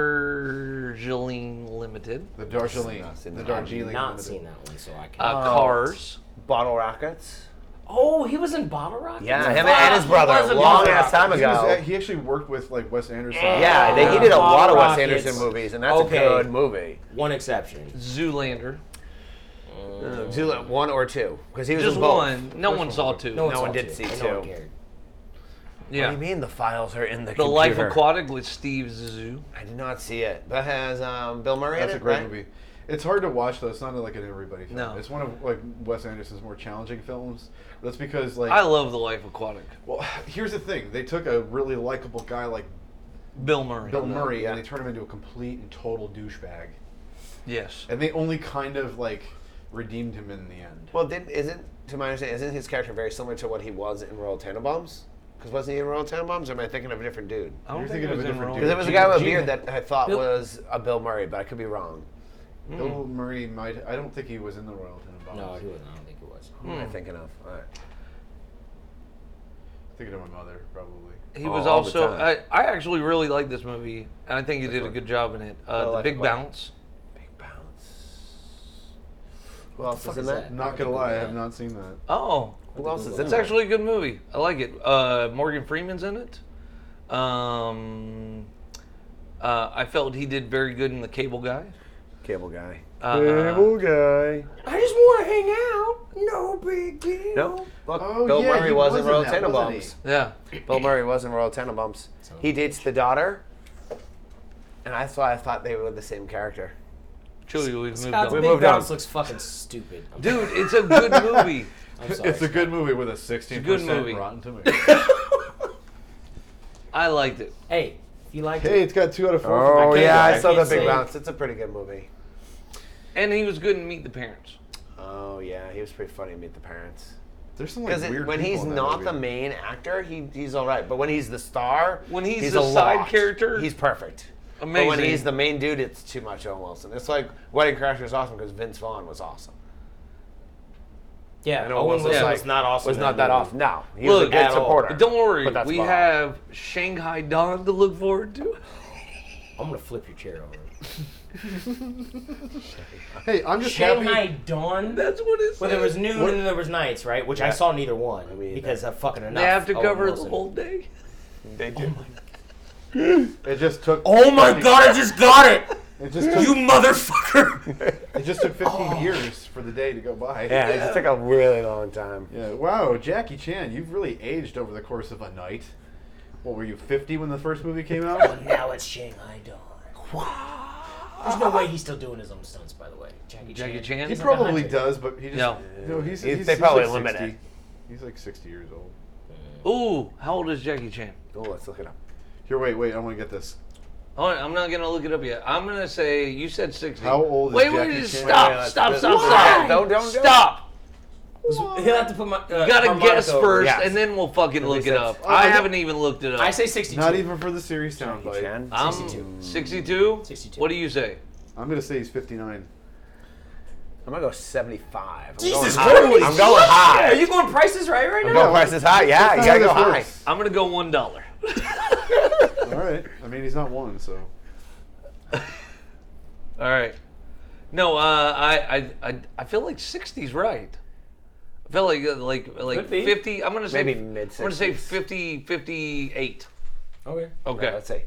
[SPEAKER 1] Darjeeling Limited.
[SPEAKER 3] The Darjeeling.
[SPEAKER 4] Not seen
[SPEAKER 3] The
[SPEAKER 4] that.
[SPEAKER 3] Darjeeling.
[SPEAKER 2] Not
[SPEAKER 3] Limited.
[SPEAKER 4] Oh.
[SPEAKER 2] seen that one, so I can't.
[SPEAKER 1] Uh, Cars.
[SPEAKER 4] Bottle rockets.
[SPEAKER 2] Oh, he was in Bottle Rocket.
[SPEAKER 4] Yeah, him and his brother,
[SPEAKER 1] wasn't
[SPEAKER 4] long
[SPEAKER 1] Mr.
[SPEAKER 4] ass time
[SPEAKER 3] He, was
[SPEAKER 4] ago.
[SPEAKER 3] a- he actually worked with like Wes Anderson.
[SPEAKER 4] Yeah, they, he
[SPEAKER 2] Yeah.
[SPEAKER 4] did a lot of Wes
[SPEAKER 2] Rockets.
[SPEAKER 4] Anderson movies, and that's
[SPEAKER 2] Okay.
[SPEAKER 4] a good movie.
[SPEAKER 2] One exception.
[SPEAKER 1] Zoolander.
[SPEAKER 4] Zool- one or two, because he was
[SPEAKER 1] Just
[SPEAKER 4] in both.
[SPEAKER 1] one. No one saw two.
[SPEAKER 4] one
[SPEAKER 2] saw
[SPEAKER 4] did
[SPEAKER 2] two,
[SPEAKER 4] see
[SPEAKER 2] and
[SPEAKER 4] two.
[SPEAKER 2] No one cared.
[SPEAKER 1] Yeah.
[SPEAKER 4] What do you mean the files are in the,
[SPEAKER 1] The Life
[SPEAKER 4] computer?
[SPEAKER 1] Aquatic with Steve Zissou.
[SPEAKER 4] I did not see it. That has um, Bill Murray. in
[SPEAKER 3] That's a
[SPEAKER 4] it,
[SPEAKER 3] great
[SPEAKER 4] right?
[SPEAKER 3] movie. It's hard to watch though. It's not like an everybody film.
[SPEAKER 1] No.
[SPEAKER 3] It's one of like Wes Anderson's more challenging films. That's because like
[SPEAKER 1] I love The Life Aquatic.
[SPEAKER 3] well, here's the thing. They took a really likable guy like
[SPEAKER 1] Bill Murray.
[SPEAKER 3] Bill Murray
[SPEAKER 4] yeah.
[SPEAKER 3] and they turned him into a complete and total douchebag.
[SPEAKER 1] Yes.
[SPEAKER 3] And they only kind of like redeemed him in the end.
[SPEAKER 4] Well, did, isn't to my understanding isn't his character very similar to what he was in Royal Tenenbaums? Because wasn't he in Royal Tenenbaums? Or am I thinking of a different dude?
[SPEAKER 1] I don't
[SPEAKER 3] You're
[SPEAKER 1] think
[SPEAKER 3] thinking
[SPEAKER 1] it
[SPEAKER 3] of
[SPEAKER 1] was
[SPEAKER 3] a
[SPEAKER 1] in
[SPEAKER 3] different
[SPEAKER 1] Rome.
[SPEAKER 3] dude.
[SPEAKER 4] Because there was a guy with a
[SPEAKER 2] Gene-
[SPEAKER 4] beard that I thought
[SPEAKER 2] Bill-
[SPEAKER 4] was a Bill Murray, but I could be wrong.
[SPEAKER 3] Bill Murray might. I don't think he was in the Royal Tenenbaums.
[SPEAKER 2] No, he wasn't. I don't think it was.
[SPEAKER 4] Who
[SPEAKER 1] Hmm.
[SPEAKER 4] am I thinking of? All right.
[SPEAKER 3] Thinking of my mother probably.
[SPEAKER 1] He was
[SPEAKER 4] all the
[SPEAKER 1] also. I,
[SPEAKER 4] time.
[SPEAKER 1] I actually really like this movie, and I think he did a good job in it. Uh,
[SPEAKER 4] Oh,
[SPEAKER 1] the
[SPEAKER 4] Life
[SPEAKER 1] Big
[SPEAKER 4] Aquatic.
[SPEAKER 1] Bounce.
[SPEAKER 4] Big Bounce. Who else
[SPEAKER 2] fuck
[SPEAKER 4] is in
[SPEAKER 2] is
[SPEAKER 4] that?
[SPEAKER 2] that?
[SPEAKER 3] Not gonna lie, I have not seen that.
[SPEAKER 1] Oh,
[SPEAKER 4] Who else is in
[SPEAKER 1] it's
[SPEAKER 4] that?
[SPEAKER 1] actually a good movie. I like it. Uh, Morgan Freeman's in it. Um, uh, I felt he did very good in The Cable Guy.
[SPEAKER 4] Cable Guy.
[SPEAKER 1] Uh,
[SPEAKER 4] Guy.
[SPEAKER 2] I just want to hang out. No big deal.
[SPEAKER 4] Nope. Look,
[SPEAKER 3] Oh,
[SPEAKER 4] Bill
[SPEAKER 3] yeah,
[SPEAKER 4] Murray
[SPEAKER 3] he
[SPEAKER 4] was
[SPEAKER 3] was
[SPEAKER 4] in
[SPEAKER 3] in
[SPEAKER 4] Royal
[SPEAKER 3] that, wasn't
[SPEAKER 4] Tenenbaums.
[SPEAKER 1] Yeah.
[SPEAKER 4] Bill Murray was in Royal Tenenbaums. He dates the daughter, and that's why I thought they were the same character.
[SPEAKER 1] Chewie, we've moved
[SPEAKER 2] Scott's
[SPEAKER 1] on.
[SPEAKER 2] Big
[SPEAKER 4] moved
[SPEAKER 2] Bounce
[SPEAKER 4] on.
[SPEAKER 2] looks fucking stupid. I'm,
[SPEAKER 1] Dude, it's a good movie.
[SPEAKER 2] I'm sorry.
[SPEAKER 3] It's a good movie with a 16%
[SPEAKER 1] good movie.
[SPEAKER 3] Rotten Tomatoes.
[SPEAKER 1] I liked it.
[SPEAKER 2] hey, if you like
[SPEAKER 3] hey,
[SPEAKER 2] it,
[SPEAKER 3] it's got two out of four. from
[SPEAKER 4] Oh
[SPEAKER 3] Academy.
[SPEAKER 4] yeah, I
[SPEAKER 2] can't
[SPEAKER 4] saw the
[SPEAKER 2] say-
[SPEAKER 4] Big Bounce. It's a pretty good movie.
[SPEAKER 1] And he was good in Meet the Parents.
[SPEAKER 4] Oh yeah, he was pretty funny. in Meet the parents.
[SPEAKER 3] There's some like
[SPEAKER 4] Because
[SPEAKER 3] weird
[SPEAKER 4] when
[SPEAKER 3] people
[SPEAKER 4] he's
[SPEAKER 3] in that
[SPEAKER 4] not
[SPEAKER 3] movie.
[SPEAKER 4] the main actor, he, he's all right. But when he's the star,
[SPEAKER 1] When he's the side character?
[SPEAKER 4] he's perfect.
[SPEAKER 1] Amazing.
[SPEAKER 4] But when he's the main dude, it's too much Owen Wilson. It's like Wedding Crashers is awesome because Vince Vaughn was awesome.
[SPEAKER 2] yeah,
[SPEAKER 4] And
[SPEAKER 2] Owen Wilson
[SPEAKER 1] like-
[SPEAKER 2] was not awesome.
[SPEAKER 4] Was
[SPEAKER 2] in
[SPEAKER 4] not that
[SPEAKER 2] movie.
[SPEAKER 4] awesome. No, he was
[SPEAKER 1] Look,
[SPEAKER 4] a good
[SPEAKER 1] at
[SPEAKER 2] all.
[SPEAKER 4] supporter.
[SPEAKER 1] But don't worry,
[SPEAKER 4] But that's
[SPEAKER 1] we
[SPEAKER 4] Vaughn.
[SPEAKER 1] have Shanghai Dawn to look forward to.
[SPEAKER 2] I'm gonna flip your chair over.
[SPEAKER 3] Hey, I'm just
[SPEAKER 2] Shanghai
[SPEAKER 3] happy.
[SPEAKER 2] Dawn.
[SPEAKER 1] That's what it's.
[SPEAKER 2] Well, there was noon and then there was nights, right? Which I saw neither one because I'm fucking enough. Oh,
[SPEAKER 1] They have to
[SPEAKER 2] Owen
[SPEAKER 1] cover the
[SPEAKER 2] Wilson.
[SPEAKER 1] whole day.
[SPEAKER 4] They do.
[SPEAKER 3] It just took.
[SPEAKER 2] Oh my god! I just got it.
[SPEAKER 3] It just took,
[SPEAKER 2] You motherfucker!
[SPEAKER 3] it just took 15 years for the day to go by.
[SPEAKER 4] yeah, it just took a really long time.
[SPEAKER 3] Yeah, Wow, Jackie Chan, you've really aged over the course of a night. What were you 50 when the first movie came out?
[SPEAKER 2] now it's Shanghai Dawn. There's no way he's still doing his own stunts, by the way. Jackie,
[SPEAKER 1] Jackie
[SPEAKER 2] Chan.
[SPEAKER 1] Chan.
[SPEAKER 3] he
[SPEAKER 2] He's
[SPEAKER 3] probably
[SPEAKER 2] like a hundred.
[SPEAKER 3] does, but he just
[SPEAKER 1] No.
[SPEAKER 3] no. He's,
[SPEAKER 4] He-
[SPEAKER 3] he's
[SPEAKER 4] they
[SPEAKER 3] he's
[SPEAKER 4] probably
[SPEAKER 3] like
[SPEAKER 4] limit
[SPEAKER 3] 60.
[SPEAKER 4] it.
[SPEAKER 3] He's like 60 years old.
[SPEAKER 1] Ooh, how old is Jackie Chan?
[SPEAKER 4] Oh, let's look it up.
[SPEAKER 3] Here, wait, wait. I want to get this.
[SPEAKER 1] Hold on, I'm not gonna look it up yet. I'm gonna say you said 60.
[SPEAKER 3] How old is
[SPEAKER 1] wait, Wait,
[SPEAKER 3] Jackie
[SPEAKER 1] wait,
[SPEAKER 3] Chan?
[SPEAKER 1] stop,
[SPEAKER 4] Wait, wait,
[SPEAKER 1] stop,
[SPEAKER 4] wait,
[SPEAKER 1] stop,
[SPEAKER 4] wait,
[SPEAKER 1] stop.
[SPEAKER 4] wait, don't- don't do it.
[SPEAKER 1] stop.
[SPEAKER 2] He'll have to put my. Uh,
[SPEAKER 1] You gotta
[SPEAKER 2] harmonica
[SPEAKER 1] guess
[SPEAKER 2] over.
[SPEAKER 1] first,
[SPEAKER 4] Yes.
[SPEAKER 1] and then we'll fucking look it
[SPEAKER 4] said-
[SPEAKER 1] up.
[SPEAKER 3] Oh,
[SPEAKER 1] I
[SPEAKER 3] yeah.
[SPEAKER 1] haven't even looked it up.
[SPEAKER 2] I say 62.
[SPEAKER 3] Not even for the series soundbite.
[SPEAKER 4] Chan.
[SPEAKER 1] I'm
[SPEAKER 2] 62.
[SPEAKER 1] 62?
[SPEAKER 2] 62.
[SPEAKER 1] What do you say?
[SPEAKER 3] I'm gonna say he's 59.
[SPEAKER 4] I'm gonna go 75. I'm
[SPEAKER 2] Jesus
[SPEAKER 4] going high.
[SPEAKER 2] Christ!
[SPEAKER 4] I'm going
[SPEAKER 2] Are
[SPEAKER 4] high.
[SPEAKER 2] you going prices right right
[SPEAKER 4] I'm
[SPEAKER 2] now?
[SPEAKER 4] going prices high. Yeah, Ah, you
[SPEAKER 3] That's
[SPEAKER 4] gotta
[SPEAKER 3] how
[SPEAKER 4] go
[SPEAKER 3] this
[SPEAKER 4] high.
[SPEAKER 3] works.
[SPEAKER 1] I'm gonna go one dollar.
[SPEAKER 3] All right. I mean, he's not one, so.
[SPEAKER 1] All right. No, uh, I, I, I, I feel like 60's right. I feel like uh, like like
[SPEAKER 2] Could be.
[SPEAKER 1] 50. I'm gonna say
[SPEAKER 4] Maybe mid
[SPEAKER 1] I'm gonna say
[SPEAKER 4] 60s.
[SPEAKER 1] 50, 58.
[SPEAKER 2] Okay.
[SPEAKER 1] Okay.
[SPEAKER 4] Let's see.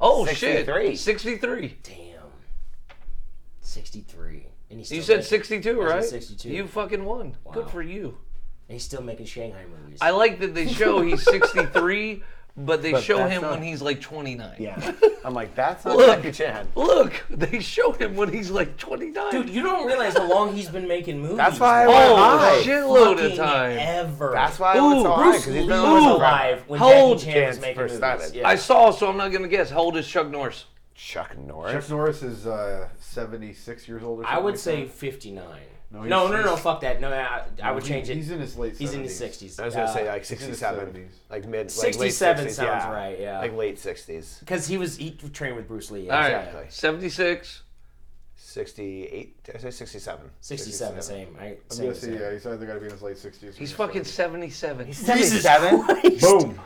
[SPEAKER 1] oh
[SPEAKER 4] 63.
[SPEAKER 1] shit. 63.
[SPEAKER 2] Damn. 63. And he's still
[SPEAKER 1] You said
[SPEAKER 2] making-
[SPEAKER 1] 62,
[SPEAKER 2] I said
[SPEAKER 1] right?
[SPEAKER 2] 62.
[SPEAKER 1] You fucking won. Good
[SPEAKER 2] Wow.
[SPEAKER 1] for you.
[SPEAKER 2] And he's still making Shanghai movies.
[SPEAKER 1] I like that they show he's 63, but they show
[SPEAKER 4] that's
[SPEAKER 1] him
[SPEAKER 4] not-
[SPEAKER 1] when he's like 29.
[SPEAKER 4] Yeah. I'm like, that's not
[SPEAKER 1] Look.
[SPEAKER 4] Jackie Chan.
[SPEAKER 1] Look, they show him when he's like 29.
[SPEAKER 2] Dude, you don't realize how long he's been making movies.
[SPEAKER 4] That's why I
[SPEAKER 2] man.
[SPEAKER 4] went
[SPEAKER 1] oh,
[SPEAKER 4] high.
[SPEAKER 1] a shitload of
[SPEAKER 2] Fucking
[SPEAKER 1] time.
[SPEAKER 2] Ever.
[SPEAKER 4] That's why I
[SPEAKER 1] Ooh,
[SPEAKER 4] went so high
[SPEAKER 2] Bruce
[SPEAKER 4] because he's
[SPEAKER 2] Lee
[SPEAKER 4] been
[SPEAKER 2] was
[SPEAKER 4] alive.
[SPEAKER 2] alive when
[SPEAKER 1] How old
[SPEAKER 2] Jackie Chan
[SPEAKER 4] Chan
[SPEAKER 2] was making
[SPEAKER 4] first
[SPEAKER 2] movies.
[SPEAKER 4] started?
[SPEAKER 2] Yeah.
[SPEAKER 1] I saw, so I'm not gonna guess. How old is Chuck Norris?
[SPEAKER 4] Chuck
[SPEAKER 3] Chuck
[SPEAKER 4] Norris.
[SPEAKER 3] Norris is uh, 76 years old or something.
[SPEAKER 2] I would
[SPEAKER 3] like
[SPEAKER 2] say
[SPEAKER 3] that.
[SPEAKER 2] 59. No,
[SPEAKER 3] he's-
[SPEAKER 2] no, no, no,
[SPEAKER 3] he's-
[SPEAKER 2] fuck that. No, I, I would
[SPEAKER 3] He-
[SPEAKER 2] change it.
[SPEAKER 3] He's in his late 70s.
[SPEAKER 2] He's in his Uh, 60s.
[SPEAKER 4] I was gonna say like
[SPEAKER 3] He's in his
[SPEAKER 4] 67,
[SPEAKER 3] 70s.
[SPEAKER 4] like mid, like late
[SPEAKER 2] 67
[SPEAKER 4] 60s,
[SPEAKER 2] sounds
[SPEAKER 4] yeah.
[SPEAKER 2] right, yeah.
[SPEAKER 4] like late 60s,
[SPEAKER 2] Because he was he trained with Bruce Lee.
[SPEAKER 1] All right,
[SPEAKER 2] exactly.
[SPEAKER 4] Exactly.
[SPEAKER 1] 76.
[SPEAKER 4] 68, did I say 67.
[SPEAKER 2] 67, same. Right?
[SPEAKER 3] I'm
[SPEAKER 2] Same, same.
[SPEAKER 3] gonna say, uh, yeah, he's either gotta be in his late 60s. or
[SPEAKER 1] He's
[SPEAKER 3] his
[SPEAKER 1] fucking 77.
[SPEAKER 2] Jesus
[SPEAKER 4] 77?
[SPEAKER 2] Christ.
[SPEAKER 3] Boom.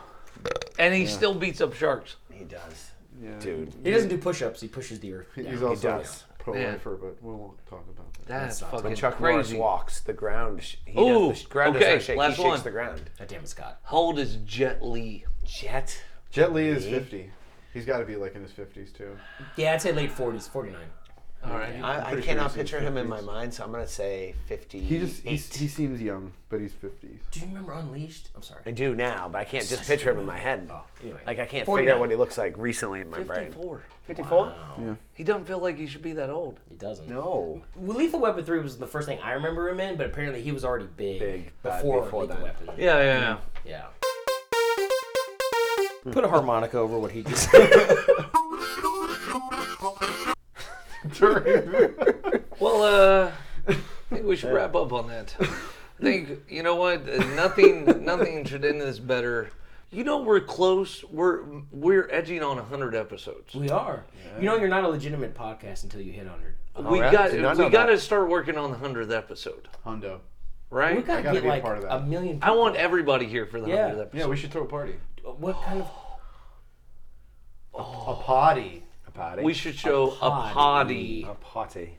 [SPEAKER 1] and he still beats up sharks.
[SPEAKER 4] He does,
[SPEAKER 3] Yeah.
[SPEAKER 4] dude.
[SPEAKER 2] He doesn't do push ups, he pushes the earth.
[SPEAKER 3] He-
[SPEAKER 2] down.
[SPEAKER 3] He's
[SPEAKER 4] He
[SPEAKER 3] also
[SPEAKER 4] does.
[SPEAKER 3] pro-lifer, but we won't talk about that.
[SPEAKER 1] That's
[SPEAKER 2] sucks. When
[SPEAKER 1] fucking
[SPEAKER 4] When Chuck Norris
[SPEAKER 1] crazy.
[SPEAKER 4] walks, the ground sh- he
[SPEAKER 1] Ooh,
[SPEAKER 4] does the sh- ground
[SPEAKER 1] okay,
[SPEAKER 4] does not shake.
[SPEAKER 1] last
[SPEAKER 4] he shakes
[SPEAKER 1] one.
[SPEAKER 4] the ground.
[SPEAKER 2] God damn it, Scott.
[SPEAKER 1] How old is Jet Li?
[SPEAKER 4] Jet.
[SPEAKER 3] Jet Li is 50. He's got to be like in his 50s too.
[SPEAKER 2] Yeah, I'd say late 40s, 49.
[SPEAKER 1] All right.
[SPEAKER 4] I, I
[SPEAKER 3] pretty
[SPEAKER 4] cannot
[SPEAKER 3] sure he's
[SPEAKER 4] picture
[SPEAKER 3] in his
[SPEAKER 4] him in my
[SPEAKER 3] 50s.
[SPEAKER 4] mind, so I'm gonna say 50.
[SPEAKER 3] He just he, he seems young, but he's 50s.
[SPEAKER 2] Do you remember Unleashed? I'm sorry.
[SPEAKER 4] I do now, but I can't just picture him in my head.
[SPEAKER 2] Oh, anyway.
[SPEAKER 4] Like I can't
[SPEAKER 2] 49.
[SPEAKER 4] figure out what he looks like recently in my brain.
[SPEAKER 1] 54.
[SPEAKER 4] 54?
[SPEAKER 1] He doesn't feel like he should be that old.
[SPEAKER 2] He doesn't.
[SPEAKER 4] No.
[SPEAKER 2] Well, Lethal Weapon 3 was the first thing I remember him in, but apparently he was already big,
[SPEAKER 4] Big, but
[SPEAKER 2] before,
[SPEAKER 4] before
[SPEAKER 2] Lethal
[SPEAKER 4] that.
[SPEAKER 2] Weapon.
[SPEAKER 1] Yeah, yeah, yeah.
[SPEAKER 2] Yeah. Put a harmonica over what he just
[SPEAKER 1] Well, uh, I think we should wrap up on that. I think you know what? Uh, Nothing, nothing should end this better. You know we're close. We're we're edging on hundred episodes.
[SPEAKER 2] We are. You know, you're not a legitimate podcast until you hit 100.
[SPEAKER 1] We
[SPEAKER 4] right.
[SPEAKER 1] got
[SPEAKER 4] Did not
[SPEAKER 1] we
[SPEAKER 4] know
[SPEAKER 1] got to start working on the hundredth episode,
[SPEAKER 3] Hondo.
[SPEAKER 1] right?
[SPEAKER 2] We gotta,
[SPEAKER 3] gotta
[SPEAKER 2] get
[SPEAKER 3] be a
[SPEAKER 2] like
[SPEAKER 3] part of that.
[SPEAKER 2] a million.
[SPEAKER 1] I want everybody here for the
[SPEAKER 2] Yeah.
[SPEAKER 1] hundredth
[SPEAKER 3] Yeah,
[SPEAKER 1] episode.
[SPEAKER 3] we should throw a party.
[SPEAKER 2] What kind of?
[SPEAKER 3] A potty.
[SPEAKER 4] A potty.
[SPEAKER 1] We should show a
[SPEAKER 2] potty.
[SPEAKER 1] potty.
[SPEAKER 4] a potty.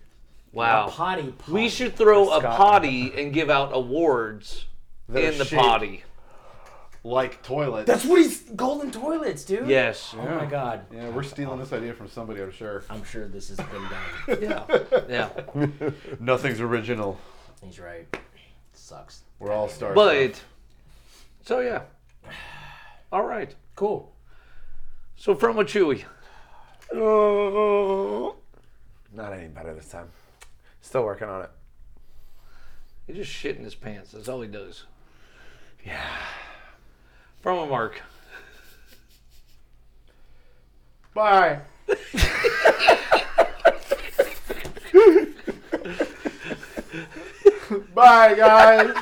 [SPEAKER 1] Wow.
[SPEAKER 2] Potty. potty.
[SPEAKER 1] We should throw a
[SPEAKER 4] Scott.
[SPEAKER 1] potty and give out awards
[SPEAKER 3] That are
[SPEAKER 1] in the
[SPEAKER 3] shaped
[SPEAKER 1] potty.
[SPEAKER 3] Like toilet.
[SPEAKER 2] That's what he's golden toilets, dude.
[SPEAKER 1] Yes.
[SPEAKER 2] Oh my god.
[SPEAKER 3] yeah, we're stealing this idea from somebody, I'm sure.
[SPEAKER 2] I'm sure this has been done.
[SPEAKER 1] Yeah. Yeah.
[SPEAKER 3] Nothing's original.
[SPEAKER 2] He's right. Sucks.
[SPEAKER 3] We're all stars.
[SPEAKER 1] But so yeah. All right.
[SPEAKER 2] Cool.
[SPEAKER 1] So from a Chewy.
[SPEAKER 4] Not any better this time. Still working on it.
[SPEAKER 1] He just shit in his pants. That's all he does. Yeah. From a Mark.
[SPEAKER 3] Bye. Bye, guys.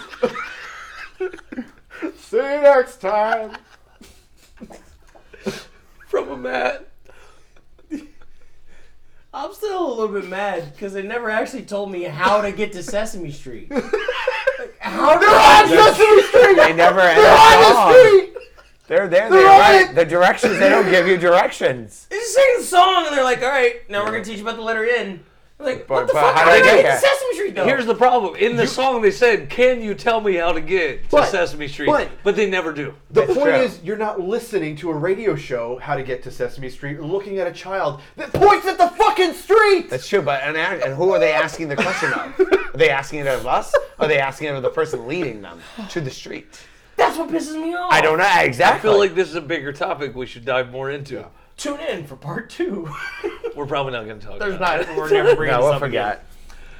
[SPEAKER 3] See you next time.
[SPEAKER 1] From a Matt.
[SPEAKER 2] I'm still a little bit mad because they never actually told me how to get to Sesame Street. Like, how do I?
[SPEAKER 4] They never end up on. They're there. They're,
[SPEAKER 3] on
[SPEAKER 4] right. The directions they don't give you directions.
[SPEAKER 2] They just sing the song and they're like, "All right, now we're gonna teach you about the letter N." I'm like, what the
[SPEAKER 4] but
[SPEAKER 2] fuck?
[SPEAKER 4] how
[SPEAKER 2] How
[SPEAKER 4] do
[SPEAKER 2] do I
[SPEAKER 4] I
[SPEAKER 2] get
[SPEAKER 4] get
[SPEAKER 2] to
[SPEAKER 4] that?
[SPEAKER 2] Sesame Street though?
[SPEAKER 1] Here's the problem. In the song they said, Can you tell me how to get to
[SPEAKER 3] But-
[SPEAKER 1] Sesame Street?
[SPEAKER 3] but-
[SPEAKER 1] they never do.
[SPEAKER 3] The point
[SPEAKER 4] true.
[SPEAKER 3] is, you're not listening to a radio show, How to Get to Sesame Street, or looking at a child that points at the fucking street.
[SPEAKER 4] That's true, but and, and who are they asking the question of? Are they asking it of us? Are they asking it of the person leading them to the street?
[SPEAKER 2] That's what pisses me off.
[SPEAKER 4] I don't know
[SPEAKER 1] I
[SPEAKER 4] exactly.
[SPEAKER 1] feel like this is a bigger topic we should dive more into.
[SPEAKER 2] Tune in for part two.
[SPEAKER 1] We're probably not going to talk
[SPEAKER 2] There's
[SPEAKER 1] about
[SPEAKER 2] not. We're never bringing
[SPEAKER 4] no,
[SPEAKER 2] this
[SPEAKER 4] we'll
[SPEAKER 2] up
[SPEAKER 4] forget.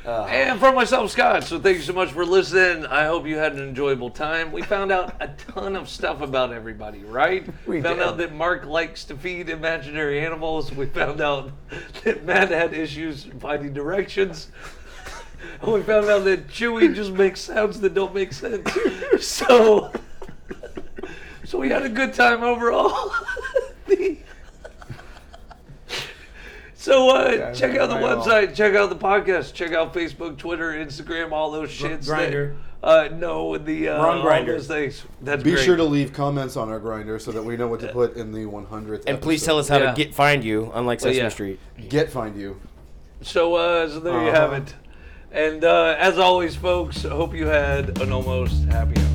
[SPEAKER 1] it. And from myself, Scott. So thank you so much for listening. I hope you had an enjoyable time. We found out a ton of stuff about everybody, right? We found
[SPEAKER 4] did.
[SPEAKER 1] out that Mark likes to feed imaginary animals. We found out that Matt had issues finding directions. And we found out that Chewy just makes sounds that don't make sense. So, so we had a good time overall. The- so uh, check out the
[SPEAKER 3] right off.
[SPEAKER 1] website, check out the podcast, check out Facebook, Twitter, Instagram, all those shits. that-
[SPEAKER 2] Grindr.
[SPEAKER 1] uh, no, the uh,
[SPEAKER 2] We're on
[SPEAKER 1] all
[SPEAKER 2] Grindr.
[SPEAKER 1] those things. That's
[SPEAKER 3] Be
[SPEAKER 1] great.
[SPEAKER 3] sure to leave comments on our grinder so that we know what to put in the 100th.
[SPEAKER 2] And please tell us how
[SPEAKER 1] Yeah.
[SPEAKER 2] to get find you, unlike Sesame
[SPEAKER 1] yeah.
[SPEAKER 2] Street.
[SPEAKER 3] Get find you.
[SPEAKER 1] So, uh, so there you have
[SPEAKER 3] Uh-huh.
[SPEAKER 1] it. And uh, as always, folks, hope you had an almost happy hour.